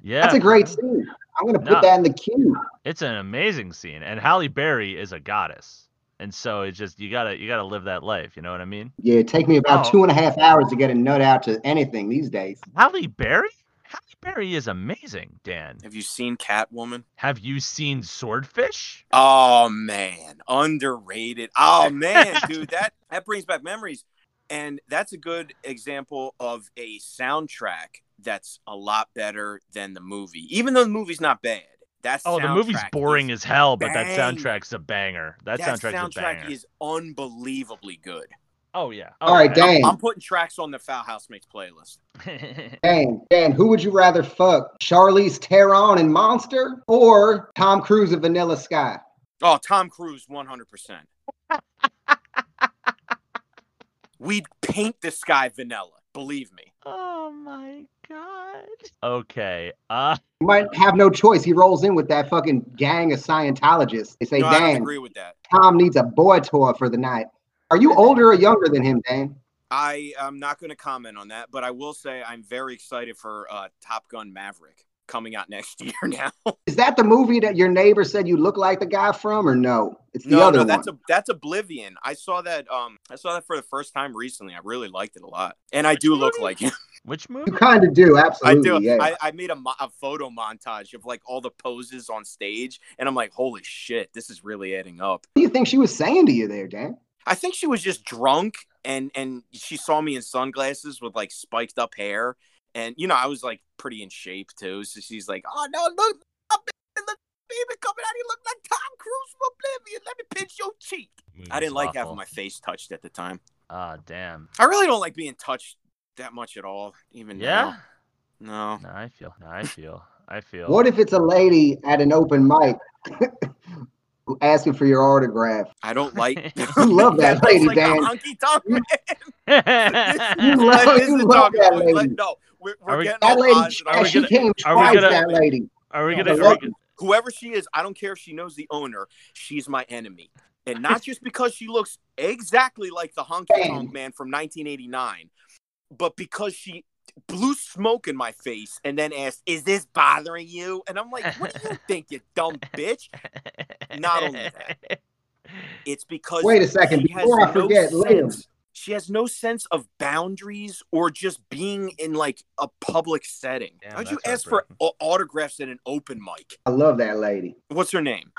Speaker 1: Yeah,
Speaker 4: That's a great scene. I'm gonna put
Speaker 1: No.
Speaker 4: that in the queue.
Speaker 1: it's an amazing scene, and Halle Berry is a goddess, and so it's just you gotta you gotta live that life. You know what I mean?
Speaker 4: Yeah, it take me about
Speaker 1: No.
Speaker 4: two and a half hours to get a nut out to anything these days.
Speaker 1: Halle Berry. Halle Berry is amazing, Dan.
Speaker 3: Have you seen Catwoman?
Speaker 1: Have you seen Swordfish?
Speaker 3: Oh man, underrated. Oh man, dude, that that brings back memories. And that's a good example of a soundtrack that's a lot better than the movie. Even though the movie's not bad. That's
Speaker 1: Oh, the movie's boring as hell, but that
Speaker 3: bang.
Speaker 1: soundtrack's a banger. That,
Speaker 3: that
Speaker 1: soundtrack's a
Speaker 3: soundtrack
Speaker 1: banger.
Speaker 3: is unbelievably good.
Speaker 1: oh yeah.
Speaker 4: All right,
Speaker 1: yeah.
Speaker 4: Dan.
Speaker 3: I'm putting tracks on the Foul Housemates playlist.
Speaker 4: Dang, Dan, who would you rather fuck? Charlize Theron in Monster or Tom Cruise in Vanilla Sky?
Speaker 3: Oh, Tom Cruise, 100%. We'd paint the sky vanilla, believe me.
Speaker 1: oh my god. Okay. Uh
Speaker 4: You might have no choice. He rolls in with that fucking gang of Scientologists. They say,
Speaker 3: No, I don't
Speaker 4: Dan,
Speaker 3: agree with that.
Speaker 4: Tom needs a boy toy for the night. Are you older or younger than him, Dan?
Speaker 3: I am not going to comment on that, but I will say I'm very excited for uh, Top Gun Maverick coming out next year. Now,
Speaker 4: Is that the movie that your neighbor said you look like the guy from, or no? It's the
Speaker 3: no,
Speaker 4: other
Speaker 3: no, that's
Speaker 4: one.
Speaker 3: a that's Oblivion. I saw that. Um, I saw that for the first time recently. I really liked it a lot, and I do look like him.
Speaker 1: which
Speaker 4: you
Speaker 1: movie?
Speaker 4: kind of do,
Speaker 3: I
Speaker 4: absolutely.
Speaker 3: do.
Speaker 4: Yeah.
Speaker 3: I, I made a, mo- a photo montage of like all the poses on stage, and I'm like, holy shit, this is really adding up.
Speaker 4: what do you think she was saying to you there, Dan?
Speaker 3: I think she was just drunk and and she saw me in sunglasses with like spiked up hair and you know I was like pretty in shape too so she's like oh no look up look baby coming out you look like Tom Cruise from Oblivion let me pinch your cheek I didn't like having my face touched at the time
Speaker 1: Ah, damn.
Speaker 3: I really don't like being touched that much at all even
Speaker 1: Yeah.
Speaker 3: now. no
Speaker 1: No, I feel. No, I feel. I feel.
Speaker 4: What if it's a lady at an open mic who asking for your autograph?
Speaker 3: I don't like
Speaker 4: You love that
Speaker 3: That's
Speaker 4: lady,
Speaker 3: like a
Speaker 4: Dan.
Speaker 3: honky tonk man.
Speaker 1: Are
Speaker 4: love-
Speaker 3: Like, this
Speaker 4: you
Speaker 3: is
Speaker 4: love
Speaker 3: talking
Speaker 4: that
Speaker 3: about- like,
Speaker 4: lady.
Speaker 3: no we're,
Speaker 1: Are
Speaker 3: we're
Speaker 1: we-
Speaker 3: getting
Speaker 4: That
Speaker 3: all
Speaker 4: lady,
Speaker 3: odds and
Speaker 1: are
Speaker 3: I'm
Speaker 1: we
Speaker 4: she
Speaker 1: gonna-
Speaker 4: came
Speaker 1: are we
Speaker 4: twice.
Speaker 1: gonna-
Speaker 4: that
Speaker 1: we
Speaker 4: lady.
Speaker 1: gonna?
Speaker 4: Yeah, the
Speaker 1: Are we,
Speaker 4: lady.
Speaker 1: gonna-
Speaker 3: whoever she is, I don't care if she knows the owner, she's my enemy. And not just because she looks exactly like the honky tonk
Speaker 4: Bang.
Speaker 3: man from 1989, but because she blew smoke in my face and then asked, Is this bothering you? And I'm like, What do you think, you dumb bitch? Not only that. It's because
Speaker 4: Wait a second,
Speaker 3: she has
Speaker 4: before I
Speaker 3: no
Speaker 4: forget, Liam.
Speaker 3: sense- She has no sense of boundaries or just being in like a public setting.
Speaker 1: Damn,
Speaker 3: How'd you
Speaker 1: that's
Speaker 3: ask for au- autographs at an open mic?
Speaker 4: I love that lady.
Speaker 3: What's her name?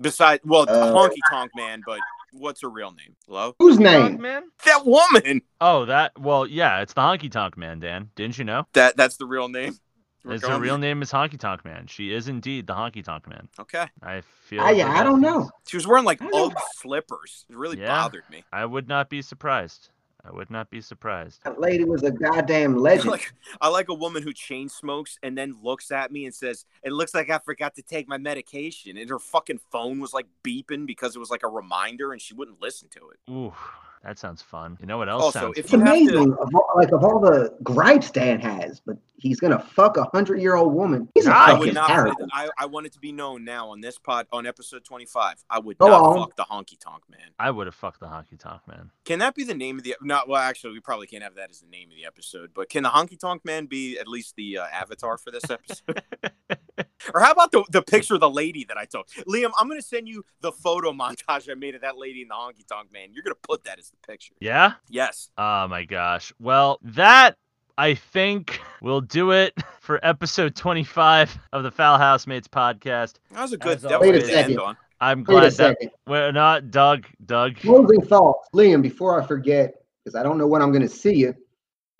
Speaker 3: Besides, well,
Speaker 4: Uh,
Speaker 3: Honky Tonk Man, but what's her real name? Hello?
Speaker 4: Whose
Speaker 1: Dog
Speaker 4: name?
Speaker 1: man.
Speaker 3: That woman!
Speaker 1: Oh, that. Well, yeah, it's the Honky Tonk Man, Dan. Didn't you know?
Speaker 3: That That's the real name? We're
Speaker 1: It's her
Speaker 3: going-
Speaker 1: real name is Honky Tonk Man. She is indeed the Honky Tonk Man.
Speaker 3: Okay.
Speaker 1: I feel.
Speaker 4: I,
Speaker 1: that
Speaker 4: Ah, I don't
Speaker 1: that
Speaker 4: know.
Speaker 1: means-
Speaker 3: She was wearing like
Speaker 4: I don't know.
Speaker 3: Ugg slippers. It really
Speaker 1: Hmm. Yeah.
Speaker 3: bothered me.
Speaker 1: I would not be surprised. I would not be surprised.
Speaker 4: That lady was a goddamn
Speaker 3: I
Speaker 4: legend.
Speaker 3: like, I like a woman who chain smokes and then looks at me and says, It looks like I forgot to take my medication. And her fucking phone was like beeping because it was like a reminder and she wouldn't listen to it.
Speaker 1: Ooh, that sounds fun. You know what else
Speaker 3: Also,
Speaker 1: sounds
Speaker 3: if
Speaker 4: it's
Speaker 3: you have to-
Speaker 4: amazing, of all, like of all the gripes Dan has, but he's gonna fuck a hundred-year-old woman. He's a
Speaker 1: I
Speaker 3: I
Speaker 4: fucking
Speaker 3: would not.
Speaker 4: character.
Speaker 3: I, I want it to be known now on this pod, on episode 25. I would
Speaker 4: Go
Speaker 3: not
Speaker 4: on.
Speaker 3: fuck the honky tonk man.
Speaker 1: I would have fucked the honky tonk man.
Speaker 3: Can that be the name of the? Not well. Actually, we probably can't have that as the name of the episode. But can the Honky Tonk Man be at least the uh, avatar for this episode? or how about the the picture of the lady that I took, Liam? I'm gonna send you the photo montage I made of that lady and the Honky Tonk Man. You're gonna put that as the picture.
Speaker 1: Yeah?
Speaker 3: Yes.
Speaker 1: Oh my gosh. Well, that I think will do it for episode 25 of the Foul Housemates podcast.
Speaker 3: That was a good.
Speaker 1: As
Speaker 3: That was
Speaker 4: always-
Speaker 3: good to end
Speaker 4: Wait a
Speaker 3: on.
Speaker 1: I'm
Speaker 4: Wait a
Speaker 1: glad that
Speaker 4: second.
Speaker 1: we're not Doug. Doug.
Speaker 4: Closing thoughts, Liam. Before I forget, because I don't know when I'm gonna see you.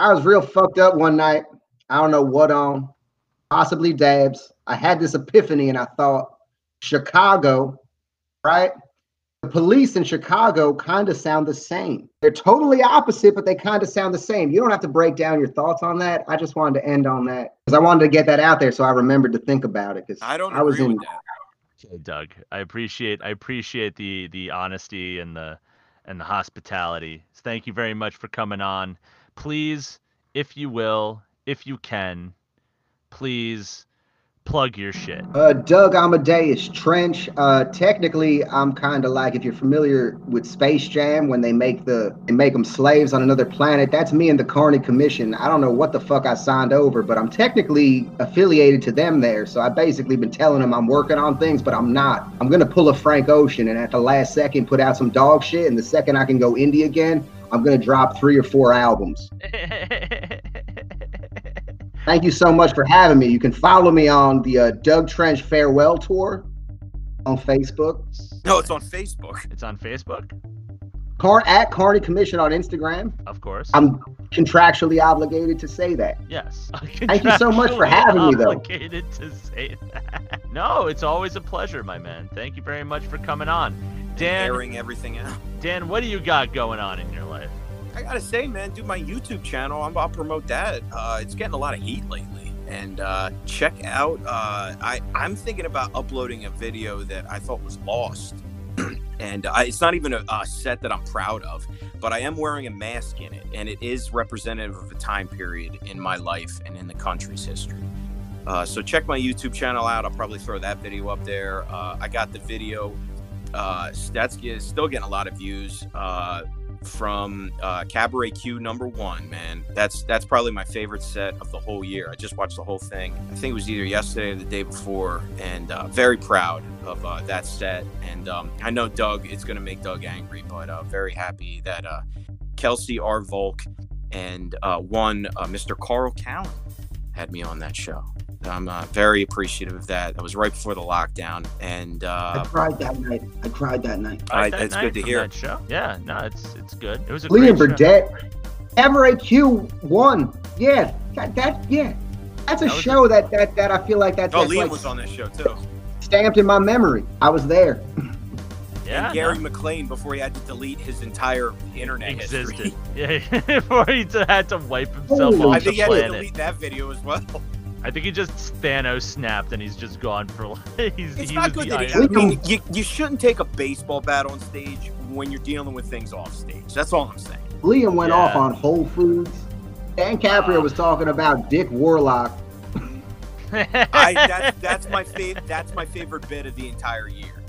Speaker 4: I was real fucked up one night. I don't know what on, possibly dabs. I had this epiphany, and I thought Chicago, right? The police in Chicago kind of sound the same. They're totally opposite, but they kind of sound the same. You don't have to break down your thoughts on that. I just wanted to end on that because I wanted to get that out there, so I remembered to think about it. Because
Speaker 3: I don't
Speaker 4: I was
Speaker 3: agree
Speaker 4: in
Speaker 3: with that.
Speaker 1: Doug. I appreciate I appreciate the the honesty and the and the hospitality. So thank you very much for coming on. Please, if you will, if you can, please plug your shit.
Speaker 4: Uh, Doug Amadeus Trench. Uh, technically, I'm kind of like if you're familiar with Space Jam when they make the they make them slaves on another planet. That's me and the Carney Commission. I don't know what the fuck I signed over, but I'm technically affiliated to them there. So I basically been telling them I'm working on things, but I'm not. I'm gonna pull a Frank Ocean and at the last second put out some dog shit. And the second I can go indie again, I'm gonna drop three or four albums. Thank you so much for having me. You can follow me on the uh, Doug Trench Farewell Tour on Facebook.
Speaker 3: No, it's on Facebook.
Speaker 1: It's on Facebook,
Speaker 4: Car- at Carney Commission on Instagram.
Speaker 1: of course.
Speaker 4: I'm contractually obligated to say that.
Speaker 1: yes.
Speaker 4: Thank you so much for having me, though.
Speaker 1: Obligated to say that. No, it's always a pleasure, my man. Thank you very much for coming on, Dan.
Speaker 3: airing everything out.
Speaker 1: Dan, what do you got going on in your life?
Speaker 3: I gotta say, man, dude, my YouTube channel. I'm about to promote that. Uh, it's getting a lot of heat lately. And uh, check out. Uh, I I'm thinking about uploading a video that I thought was lost, and I, it's not even a, a set that I'm proud of, but I am wearing a mask in it, and it is representative of a time period in my life and in the country's history. Uh, so check my YouTube channel out. I'll probably throw that video up there. Uh, I got the video. Uh, that's get- still getting a lot of views. Uh, from uh, Cabaret Q number one, man. That's that's probably my favorite set of the whole year. I just watched the whole thing. I think it was either yesterday or the day before, and uh, very proud of uh, that set. And um, I know Doug, it's gonna make Doug angry, but uh, very happy that uh, Kelsey R. Volk and uh, one uh, Mr. Carl Cowan had me on that show. I'm uh, very appreciative of that. That was right before the lockdown, and
Speaker 4: I
Speaker 3: uh,
Speaker 4: cried that night. I cried that night.
Speaker 3: I,
Speaker 1: Like that
Speaker 3: it's
Speaker 1: night
Speaker 3: good to
Speaker 1: from
Speaker 3: hear.
Speaker 1: that show. Yeah, no, it's it's good. It was a
Speaker 4: Liam
Speaker 1: great show.
Speaker 4: Burdett, Cabaret Q one. Yeah, that, that yeah, that's a
Speaker 1: That was
Speaker 4: show that that that I feel like that,
Speaker 3: Oh,
Speaker 4: that's
Speaker 3: Liam
Speaker 4: like
Speaker 3: was on that show too.
Speaker 4: stamped in my memory. I was there.
Speaker 1: Yeah,
Speaker 3: and Gary McLean before he had to delete his entire internet history.
Speaker 1: existed. Yeah, before he t- had to wipe himself
Speaker 4: Ooh.
Speaker 1: off
Speaker 3: I
Speaker 1: the
Speaker 3: think he had to
Speaker 1: planet.
Speaker 3: delete that video as well.
Speaker 1: I think he just Thanos snapped and he's just gone for. like- he's,
Speaker 3: It's
Speaker 1: he
Speaker 3: not
Speaker 1: was
Speaker 3: good
Speaker 1: the
Speaker 3: that he,
Speaker 1: Iron-
Speaker 3: I mean, you, you shouldn't take a baseball bat on stage when you're dealing with things off stage. That's all I'm saying.
Speaker 4: Liam went
Speaker 1: Yeah.
Speaker 4: off on Whole Foods. Dan Caprio was talking about Dick Warlock.
Speaker 3: I that's that's my favorite. That's my favorite bit of the entire year.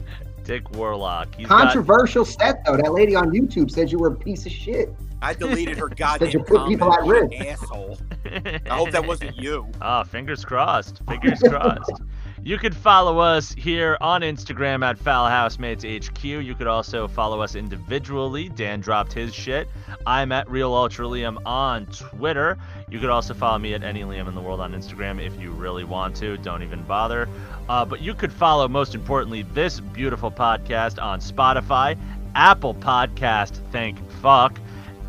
Speaker 1: Dick Warlock. He's got-
Speaker 4: Controversial set though. That lady on YouTube said you were a piece of shit.
Speaker 3: I deleted her
Speaker 4: That you
Speaker 3: goddamn
Speaker 4: put people at
Speaker 3: comment,
Speaker 4: risk.
Speaker 3: asshole. I hope that wasn't you.
Speaker 1: Ah, fingers crossed. Fingers crossed. You could follow us here on Instagram at Foul Housemates HQ. You could also follow us individually. Dan dropped his shit. I'm at Real Ultra Liam on Twitter. You could also follow me at any Liam in the world on Instagram if you really want to. Don't even bother. Uh, but you could follow, most importantly, this beautiful podcast on Spotify, Apple Podcast. Thank fuck,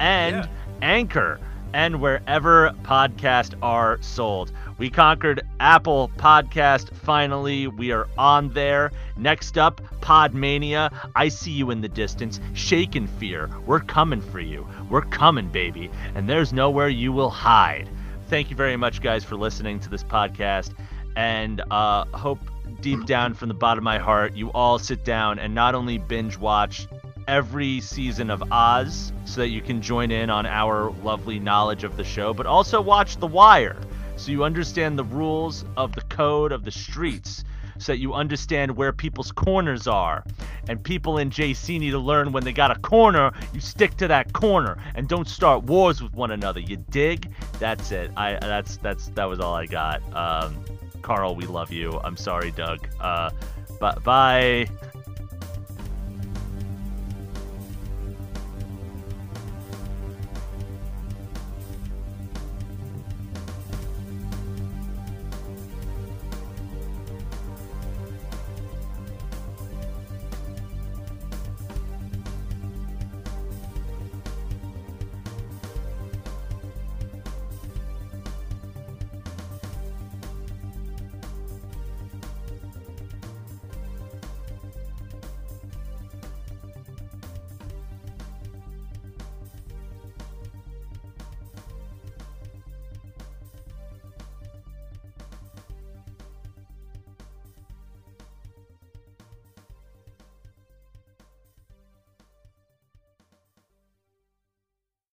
Speaker 1: and
Speaker 3: Yeah.
Speaker 1: Anchor and wherever podcasts are sold. We conquered Apple Podcast finally. We are on there. Next up, Podmania. I see you in the distance. Shake in fear. We're coming for you. We're coming, baby. And there's nowhere you will hide. Thank you very much, guys, for listening to this podcast. And uh, hope deep down from the bottom of my heart, you all sit down and not only binge watch every season of Oz so that you can join in on our lovely knowledge of the show, but also watch The Wire so you understand the rules of the code of the streets, so that you understand where people's corners are. And people in JC need to learn when they got a corner, you stick to that corner and don't start wars with one another. You dig? That's it. I that's that's that was all I got. Um, Carl, we love you. I'm sorry, Doug. Uh, bu- bye.